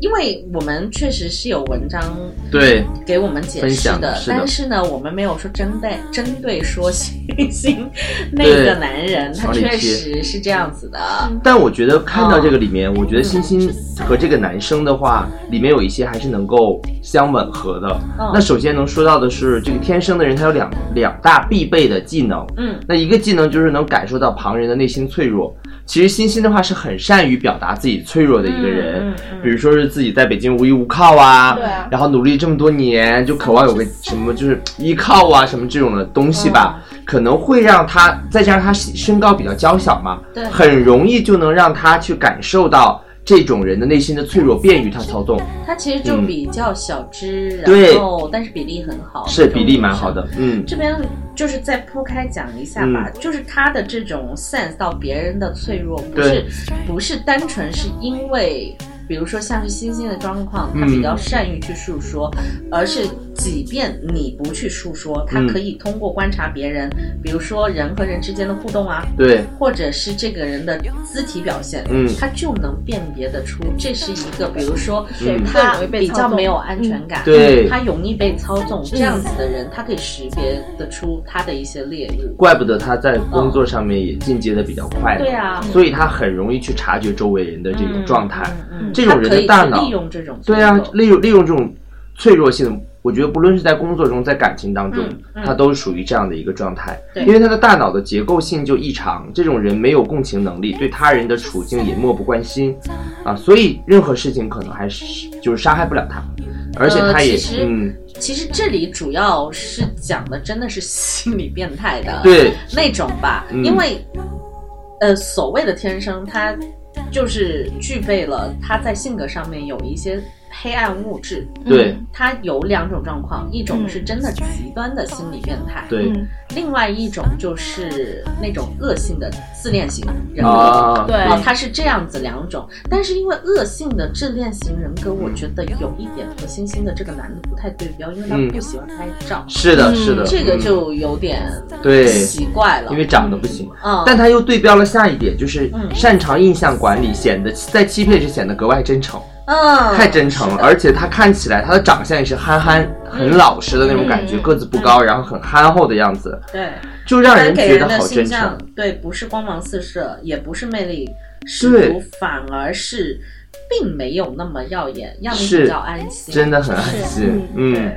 Speaker 2: 因为我们确实是有文章
Speaker 1: 对，
Speaker 2: 给我们解
Speaker 1: 分
Speaker 2: 释
Speaker 1: 享
Speaker 2: 的，
Speaker 1: 是的
Speaker 2: 但是呢，我们没有说针对针对说星星那个男人，他
Speaker 1: 往里
Speaker 2: 确
Speaker 1: 贴
Speaker 2: 实是这样子的。
Speaker 3: 嗯
Speaker 1: 但我觉得看到这个里面，我觉得欣欣和这个男生的话，里面有一些还是能够相吻合的。
Speaker 2: 嗯
Speaker 1: 那首先能说到的是，这个天生的人他有两两大必备的技能，
Speaker 2: 嗯，
Speaker 1: 那一个技能就是能感受到旁人的内心脆弱。其实欣欣的话是很善于表达自己脆弱的一个人，
Speaker 2: 嗯嗯嗯
Speaker 1: 比如说是自己在北京无依无靠啊，
Speaker 3: 对啊
Speaker 1: 然后努力这么多年，就渴望有个什么就是依靠啊什么这种的东西吧，
Speaker 2: 嗯
Speaker 1: 可能会让他再加上他身高比较娇小嘛，
Speaker 2: 对
Speaker 1: 很容易就能让他去感受到这种人的内心的脆弱，便于他操纵，
Speaker 2: 他其实就
Speaker 1: 嗯
Speaker 2: 比较小只，
Speaker 1: 对
Speaker 2: 然后但是比例很好，
Speaker 1: 是比例蛮好。的，嗯，
Speaker 2: 这边就是再铺开讲一下吧，就是他的这种 sense 到别人的脆弱，不
Speaker 1: 对
Speaker 2: 是不是单纯是因为，比如说像是星星的状况，
Speaker 1: 嗯
Speaker 2: 他比较善于去诉说，而是即便你不去诉说，他
Speaker 1: 嗯
Speaker 2: 可以通过观察别人，比如说人和人之间的互动啊，
Speaker 1: 对，
Speaker 2: 或者是这个人的肢体表现，
Speaker 1: 嗯
Speaker 2: 他就能辨别得出这是一个，比如说
Speaker 1: 嗯
Speaker 2: 他
Speaker 3: 更容易被
Speaker 2: 比
Speaker 3: 操
Speaker 2: 较
Speaker 3: 纵
Speaker 2: 没有安全感，
Speaker 1: 对
Speaker 2: 他容易被操纵这样子的人，他可以识别得出他的一些猎物。
Speaker 1: 怪不得他在工作上面也进阶的比较快，
Speaker 2: 对啊，
Speaker 1: 所以他很容易去察觉周围人的这种状态。
Speaker 2: 嗯，嗯嗯
Speaker 1: 这种人的大脑
Speaker 2: 他可以去利用这种
Speaker 1: 对啊
Speaker 2: 脆，弱
Speaker 1: 利用利用这种脆弱性，我觉得不论是在工作中，在感情当中，
Speaker 2: 嗯嗯
Speaker 1: 他都属于这样的一个状态，
Speaker 2: 对
Speaker 1: 因为他的大脑的结构性就异常，这种人没有共情能力，对他人的处境也漠不关心，啊，所以任何事情可能还是就是伤害不了他，而且他也、
Speaker 2: 呃其实
Speaker 1: 嗯，
Speaker 2: 其实这里主要是讲的真的是心理变态的，
Speaker 1: 对，
Speaker 2: 那种吧，
Speaker 1: 嗯
Speaker 2: 因为呃，所谓的天生，他就是具备了他在性格上面有一些黑暗物质。
Speaker 1: 对，
Speaker 2: 他有两种状况，一种
Speaker 3: 嗯
Speaker 2: 是真的极端的心理变态，
Speaker 1: 对，
Speaker 3: 嗯，
Speaker 2: 另外一种就是那种恶性的自恋型人格。
Speaker 1: 啊，
Speaker 3: 对
Speaker 2: 啊，它是这样子两种，但是因为恶性的自恋型人格，我觉得有一点和星星的这个男的不太对标，因为他
Speaker 1: 嗯
Speaker 2: 不喜欢拍照，
Speaker 1: 是的，是的，
Speaker 2: 这个
Speaker 1: 嗯
Speaker 2: 就有点
Speaker 1: 对
Speaker 2: 奇怪了
Speaker 1: 因。为长得不行。
Speaker 2: 嗯，
Speaker 1: 但他又对标了下一点，就是
Speaker 2: 嗯
Speaker 1: 擅长印象管理，显得在欺骗时显得格外真诚，
Speaker 2: 嗯，
Speaker 1: 太真诚了。而且他看起来，他的长相也是憨憨、很老实的那种感觉，
Speaker 3: 嗯
Speaker 1: 个子不高，然后很憨厚的样子，
Speaker 2: 对，
Speaker 1: 就让人
Speaker 2: 给
Speaker 1: 觉
Speaker 2: 人
Speaker 1: 得
Speaker 2: 的
Speaker 1: 好
Speaker 2: 形
Speaker 1: 真
Speaker 2: 象
Speaker 1: 诚。
Speaker 2: 对，不是光芒四射，也不是魅力十足
Speaker 1: 对，
Speaker 2: 反而是并没有那么耀眼，让你
Speaker 1: 是
Speaker 2: 比较安心。
Speaker 1: 真的很安心，
Speaker 2: 对，
Speaker 1: 嗯。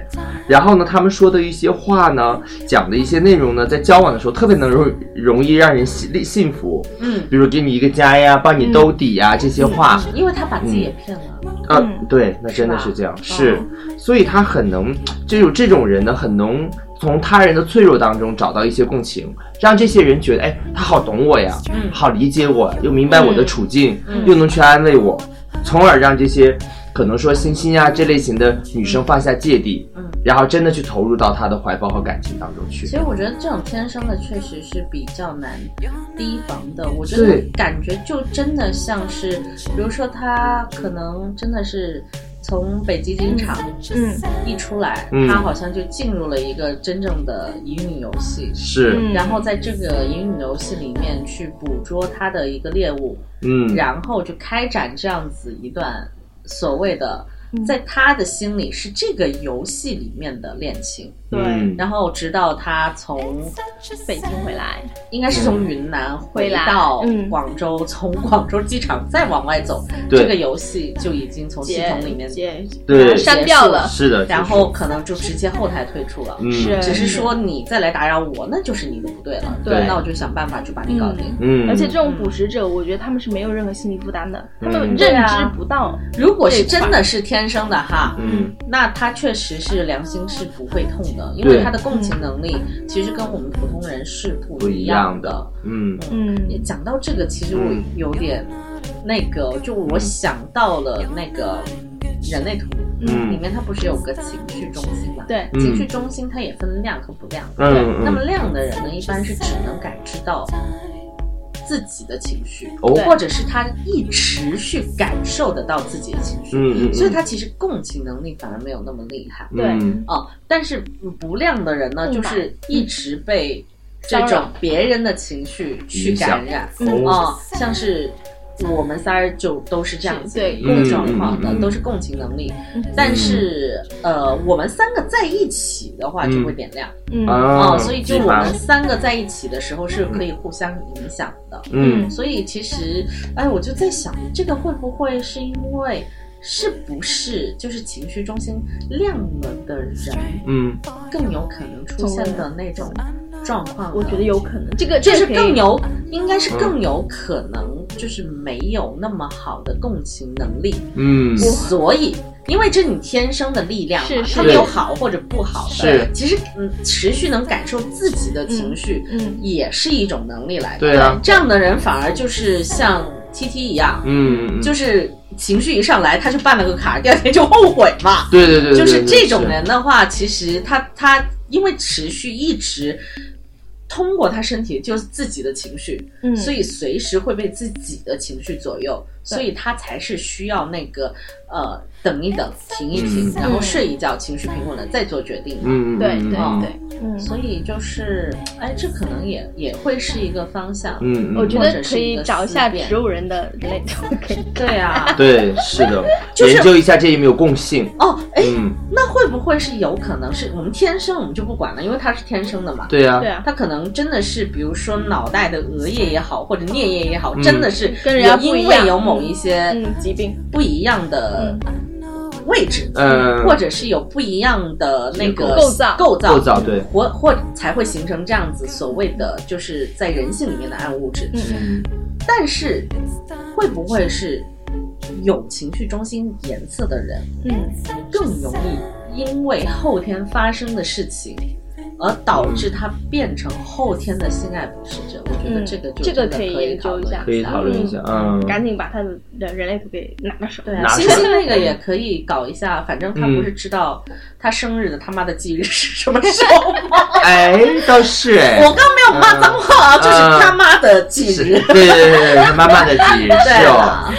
Speaker 1: 然后呢，他们说的一些话呢，讲的一些内容呢，在交往的时候特别能容容易让人信信服，
Speaker 2: 嗯，
Speaker 1: 比如给你一个家呀，帮你兜底呀、这些话，
Speaker 2: 因为他把自己也骗了。
Speaker 1: 啊，
Speaker 3: 嗯
Speaker 1: 对，那
Speaker 2: 是
Speaker 1: 真的
Speaker 2: 吧哦
Speaker 1: 是这样，是，所以他很能，这种这种人呢，很能从他人的脆弱当中找到一些共情，让这些人觉得，哎，他好懂我呀，
Speaker 2: 嗯
Speaker 1: 好理解我，又明白我的处境，
Speaker 2: 嗯
Speaker 1: 又能去安慰我，从而让这些可能说欣欣呀这类型的女生放下芥蒂，
Speaker 2: 嗯
Speaker 1: 然后真的去投入到他的怀抱和感情当中去
Speaker 2: 其。实我觉得这种天生的确实是比较难提防的，我觉得
Speaker 1: 对
Speaker 2: 感觉就真的像是，比如说他可能真的是从北极机场
Speaker 3: 嗯
Speaker 2: 一出来，
Speaker 1: 嗯
Speaker 2: 他好像就进入了一个真正的乙女游戏，
Speaker 1: 是，
Speaker 3: 嗯
Speaker 2: 然后在这个乙女游戏里面去捕捉他的一个猎物，
Speaker 1: 嗯，
Speaker 2: 然后就开展这样子一段所谓的
Speaker 3: 嗯，
Speaker 2: 在他的心里是这个游戏里面的恋情，
Speaker 3: 对
Speaker 1: 嗯
Speaker 2: 然后直到他从
Speaker 3: 北京回来，
Speaker 2: 应该是从云南回
Speaker 3: 回来
Speaker 2: 到
Speaker 3: 嗯
Speaker 2: 广州，从广州机场再往外走，
Speaker 1: 对
Speaker 2: 这个游戏就已经从系
Speaker 3: 结
Speaker 2: 统里面，
Speaker 3: 结
Speaker 1: 对，
Speaker 3: 删掉了，
Speaker 1: 是的，
Speaker 2: 然后可能就直接后台退出了。
Speaker 1: 嗯
Speaker 3: 是
Speaker 2: 只是说你再来打扰我，那就是你的不对了。
Speaker 1: 对
Speaker 2: 那我就想办法去把你搞定。
Speaker 1: 嗯，
Speaker 3: 而且这种捕食者，我觉得他们是没有任何心理负担的，他
Speaker 1: 嗯
Speaker 3: 们
Speaker 2: 对
Speaker 3: 认知
Speaker 2: 啊
Speaker 3: 不到。
Speaker 2: 如果是真的是天生的哈，
Speaker 1: 嗯
Speaker 2: 那他确实是良心是不会痛的，因
Speaker 1: 对
Speaker 2: 为他的共情能力其实跟我们普通人是
Speaker 1: 不
Speaker 2: 不
Speaker 1: 一
Speaker 2: 一
Speaker 1: 样
Speaker 2: 样
Speaker 1: 的
Speaker 2: 的。，
Speaker 1: 嗯
Speaker 3: 嗯，
Speaker 2: 你讲到这个，其实我
Speaker 1: 嗯
Speaker 2: 有点那个，就我想到了那个人类图里
Speaker 1: 嗯
Speaker 2: 面，它不是有个情绪中心嘛？，
Speaker 3: 对，
Speaker 1: 嗯
Speaker 2: 情绪中心它也分亮和不亮。
Speaker 1: 嗯
Speaker 2: 那么
Speaker 1: 嗯，
Speaker 2: 亮的人呢，一般是只能感知到自己的情绪，
Speaker 1: 哦
Speaker 3: 对
Speaker 2: 或者是他一持续感受得到自己的情绪，
Speaker 1: 嗯嗯，
Speaker 2: 所以他其实共情能力反而没有那么厉害。
Speaker 1: 嗯
Speaker 3: 对
Speaker 1: 嗯
Speaker 2: 哦，但是不亮的人呢，
Speaker 3: 共
Speaker 2: 就
Speaker 3: 感
Speaker 2: 是一直被这
Speaker 3: 骚
Speaker 2: 种
Speaker 3: 扰
Speaker 2: 别人的情绪去
Speaker 1: 影响
Speaker 2: 感染。
Speaker 3: 嗯
Speaker 1: 哦
Speaker 2: 哦，像是我们仨儿就都是这样子
Speaker 3: 对
Speaker 2: 一个状
Speaker 1: 嗯
Speaker 2: 况
Speaker 1: 嗯
Speaker 2: 的
Speaker 1: 嗯，
Speaker 2: 都是共情能力
Speaker 3: 嗯。
Speaker 2: 但是呃，我们三个在一起的话就会点亮
Speaker 3: 嗯
Speaker 1: 啊，
Speaker 2: 哦，所以就我们三个在一起的时候是可以互相影响的。
Speaker 1: 嗯
Speaker 2: 所以其实，哎，我就在想，这个会不会是因为？是不是就是情绪中心亮了的人，
Speaker 1: 嗯
Speaker 2: 更有可能出现的那种状况呢？
Speaker 3: 我觉得有可能，这个
Speaker 2: 就
Speaker 3: 这
Speaker 2: 是
Speaker 3: 个可以
Speaker 2: 更有，应该是更有可能，就是没有那么好的共情能力，
Speaker 1: 嗯
Speaker 2: 所以。因为这是你天生的力量嘛
Speaker 3: 是，是
Speaker 2: 它没有好或者不好
Speaker 1: 是
Speaker 2: 的。其实，嗯，持续能感受自己的情绪，
Speaker 3: 嗯
Speaker 2: 也是一种能力来的。
Speaker 1: 对啊
Speaker 2: 这样的人反而就是像 T T 一样，
Speaker 1: 嗯，
Speaker 2: 就是情绪一上来他就办了个卡，第二天就后悔嘛。
Speaker 1: 对对对，
Speaker 2: 就是这种人的话，其实他他因为持续一直通过他身体就是自己的情绪，
Speaker 3: 嗯，
Speaker 2: 所以随时会被自己的情绪左右，所以他才是需要那个呃等一等，停一停，
Speaker 1: 嗯
Speaker 2: 然后睡一觉，情绪平稳了再做决定。
Speaker 1: 嗯，
Speaker 3: 对对
Speaker 2: 嗯
Speaker 3: 对，嗯，
Speaker 2: 所以就是，哎，这可能也也会是一个方向。
Speaker 1: 嗯，
Speaker 3: 我觉
Speaker 2: 或
Speaker 3: 得
Speaker 2: 者是
Speaker 3: 可
Speaker 2: 一
Speaker 3: 以
Speaker 2: 个
Speaker 3: 找一
Speaker 2: 思
Speaker 3: 下
Speaker 2: 辨
Speaker 3: 植物人的人类图， 可以
Speaker 2: 对啊，
Speaker 1: 对是的，研究一下这有没有共性，
Speaker 2: 哦，哎，
Speaker 1: 嗯，
Speaker 2: 那会不会是有可能是我们天生我们就不管了，因为他是天生的嘛。
Speaker 1: 对呀
Speaker 3: 对，啊，
Speaker 2: 他可能真的是，比如说脑袋的额叶也好，或者颞叶也好，
Speaker 1: 嗯
Speaker 2: 真的是
Speaker 3: 跟人家
Speaker 2: 有
Speaker 3: 不一
Speaker 2: 因
Speaker 3: 样
Speaker 2: 为有某一些
Speaker 3: 嗯，疾嗯病，
Speaker 2: 不一样的位置，
Speaker 1: 嗯，
Speaker 2: 或者是有不一样的那个
Speaker 3: 构造
Speaker 2: 构造
Speaker 1: 构造对，
Speaker 2: 或或才会形成这样子所谓的就是在人性里面的暗物质。
Speaker 3: 嗯嗯，
Speaker 2: 但是会不会是有情绪中心颜色的人
Speaker 3: 嗯，
Speaker 2: 更容易因为后天发生的事情，而导致他变成后天的性爱不适者。我觉得
Speaker 3: 嗯
Speaker 2: 这个就
Speaker 3: 这个
Speaker 2: 真的
Speaker 3: 可以
Speaker 2: 以
Speaker 3: 研究一下
Speaker 1: 可以讨论一下，嗯，
Speaker 3: 赶紧把他的人人类图给拿到手，
Speaker 2: 对啊，
Speaker 1: 拿出
Speaker 2: 星
Speaker 1: 来
Speaker 2: 星那个也可以搞一下，反正他
Speaker 1: 嗯
Speaker 2: 不是知道他生日的他妈的忌日是什么时候吗？
Speaker 1: 哎，倒是哎，
Speaker 2: 我刚没有骂脏话啊，就是他妈的忌
Speaker 1: 是，
Speaker 2: 日
Speaker 1: 对。对对对，慢慢的挤，是
Speaker 2: 对
Speaker 1: 哦
Speaker 2: 啊，，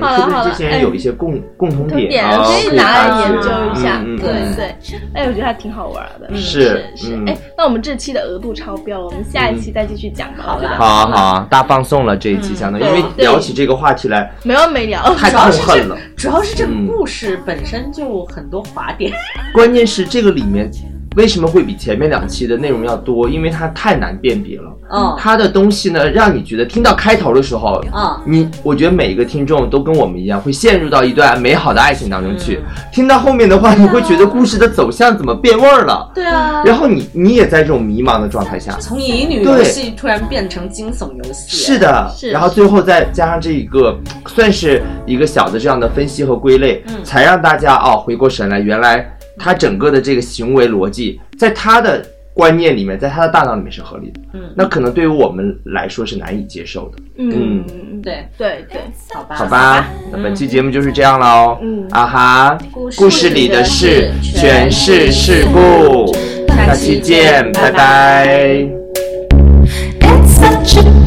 Speaker 1: 哎是不是这些人有一些共共同
Speaker 3: 图
Speaker 1: 点
Speaker 3: 点
Speaker 1: 啊？
Speaker 3: 可以拿来研究一下，
Speaker 1: 嗯嗯
Speaker 3: 对
Speaker 1: 嗯
Speaker 3: 对，哎，我觉得还挺好玩的，
Speaker 1: 是
Speaker 3: 是
Speaker 1: 嗯，
Speaker 3: 哎，那我们这期的额度超标了，我们下一期再继续讲吧，我觉得
Speaker 1: 好啊好啊，大放送了这一期，相当于因为聊起这个话题来
Speaker 3: 没完没了，
Speaker 1: 太痛恨了。
Speaker 2: 主要是这个
Speaker 1: 嗯
Speaker 2: 故事本身就很多滑点，
Speaker 1: 关键是这个里面为什么会比前面两期的内容要多？因为它太难辨别了。
Speaker 2: 嗯
Speaker 1: 它的东西呢，让你觉得听到开头的时候，
Speaker 2: 嗯，
Speaker 1: 你我觉得每一个听众都跟我们一样，会陷入到一段美好的爱情当中去。听到后面的话，你会觉得故事的走向怎么变味儿了？
Speaker 2: 对啊，
Speaker 1: 然后你你也在这种迷茫的状态下，
Speaker 2: 从乙女游戏突然变成惊悚游戏，
Speaker 1: 是的，
Speaker 3: 是
Speaker 1: 然后最后再加上这一个，算是一个小的这样的分析和归类，才让大家哦回过神来，原来他整个的这个行为逻辑，在他的观念里面，在他的大脑里面是合理的。
Speaker 2: 嗯
Speaker 1: 那可能对于我们来说是难以接受的，
Speaker 3: 嗯嗯，
Speaker 2: 对，
Speaker 3: 对对，
Speaker 2: 好吧，
Speaker 1: 好吧？那本期节目就是这样喽。
Speaker 3: 嗯
Speaker 1: 啊哈，
Speaker 2: 故事
Speaker 1: 故事里的事全是事故，下期见，拜拜
Speaker 5: It's such a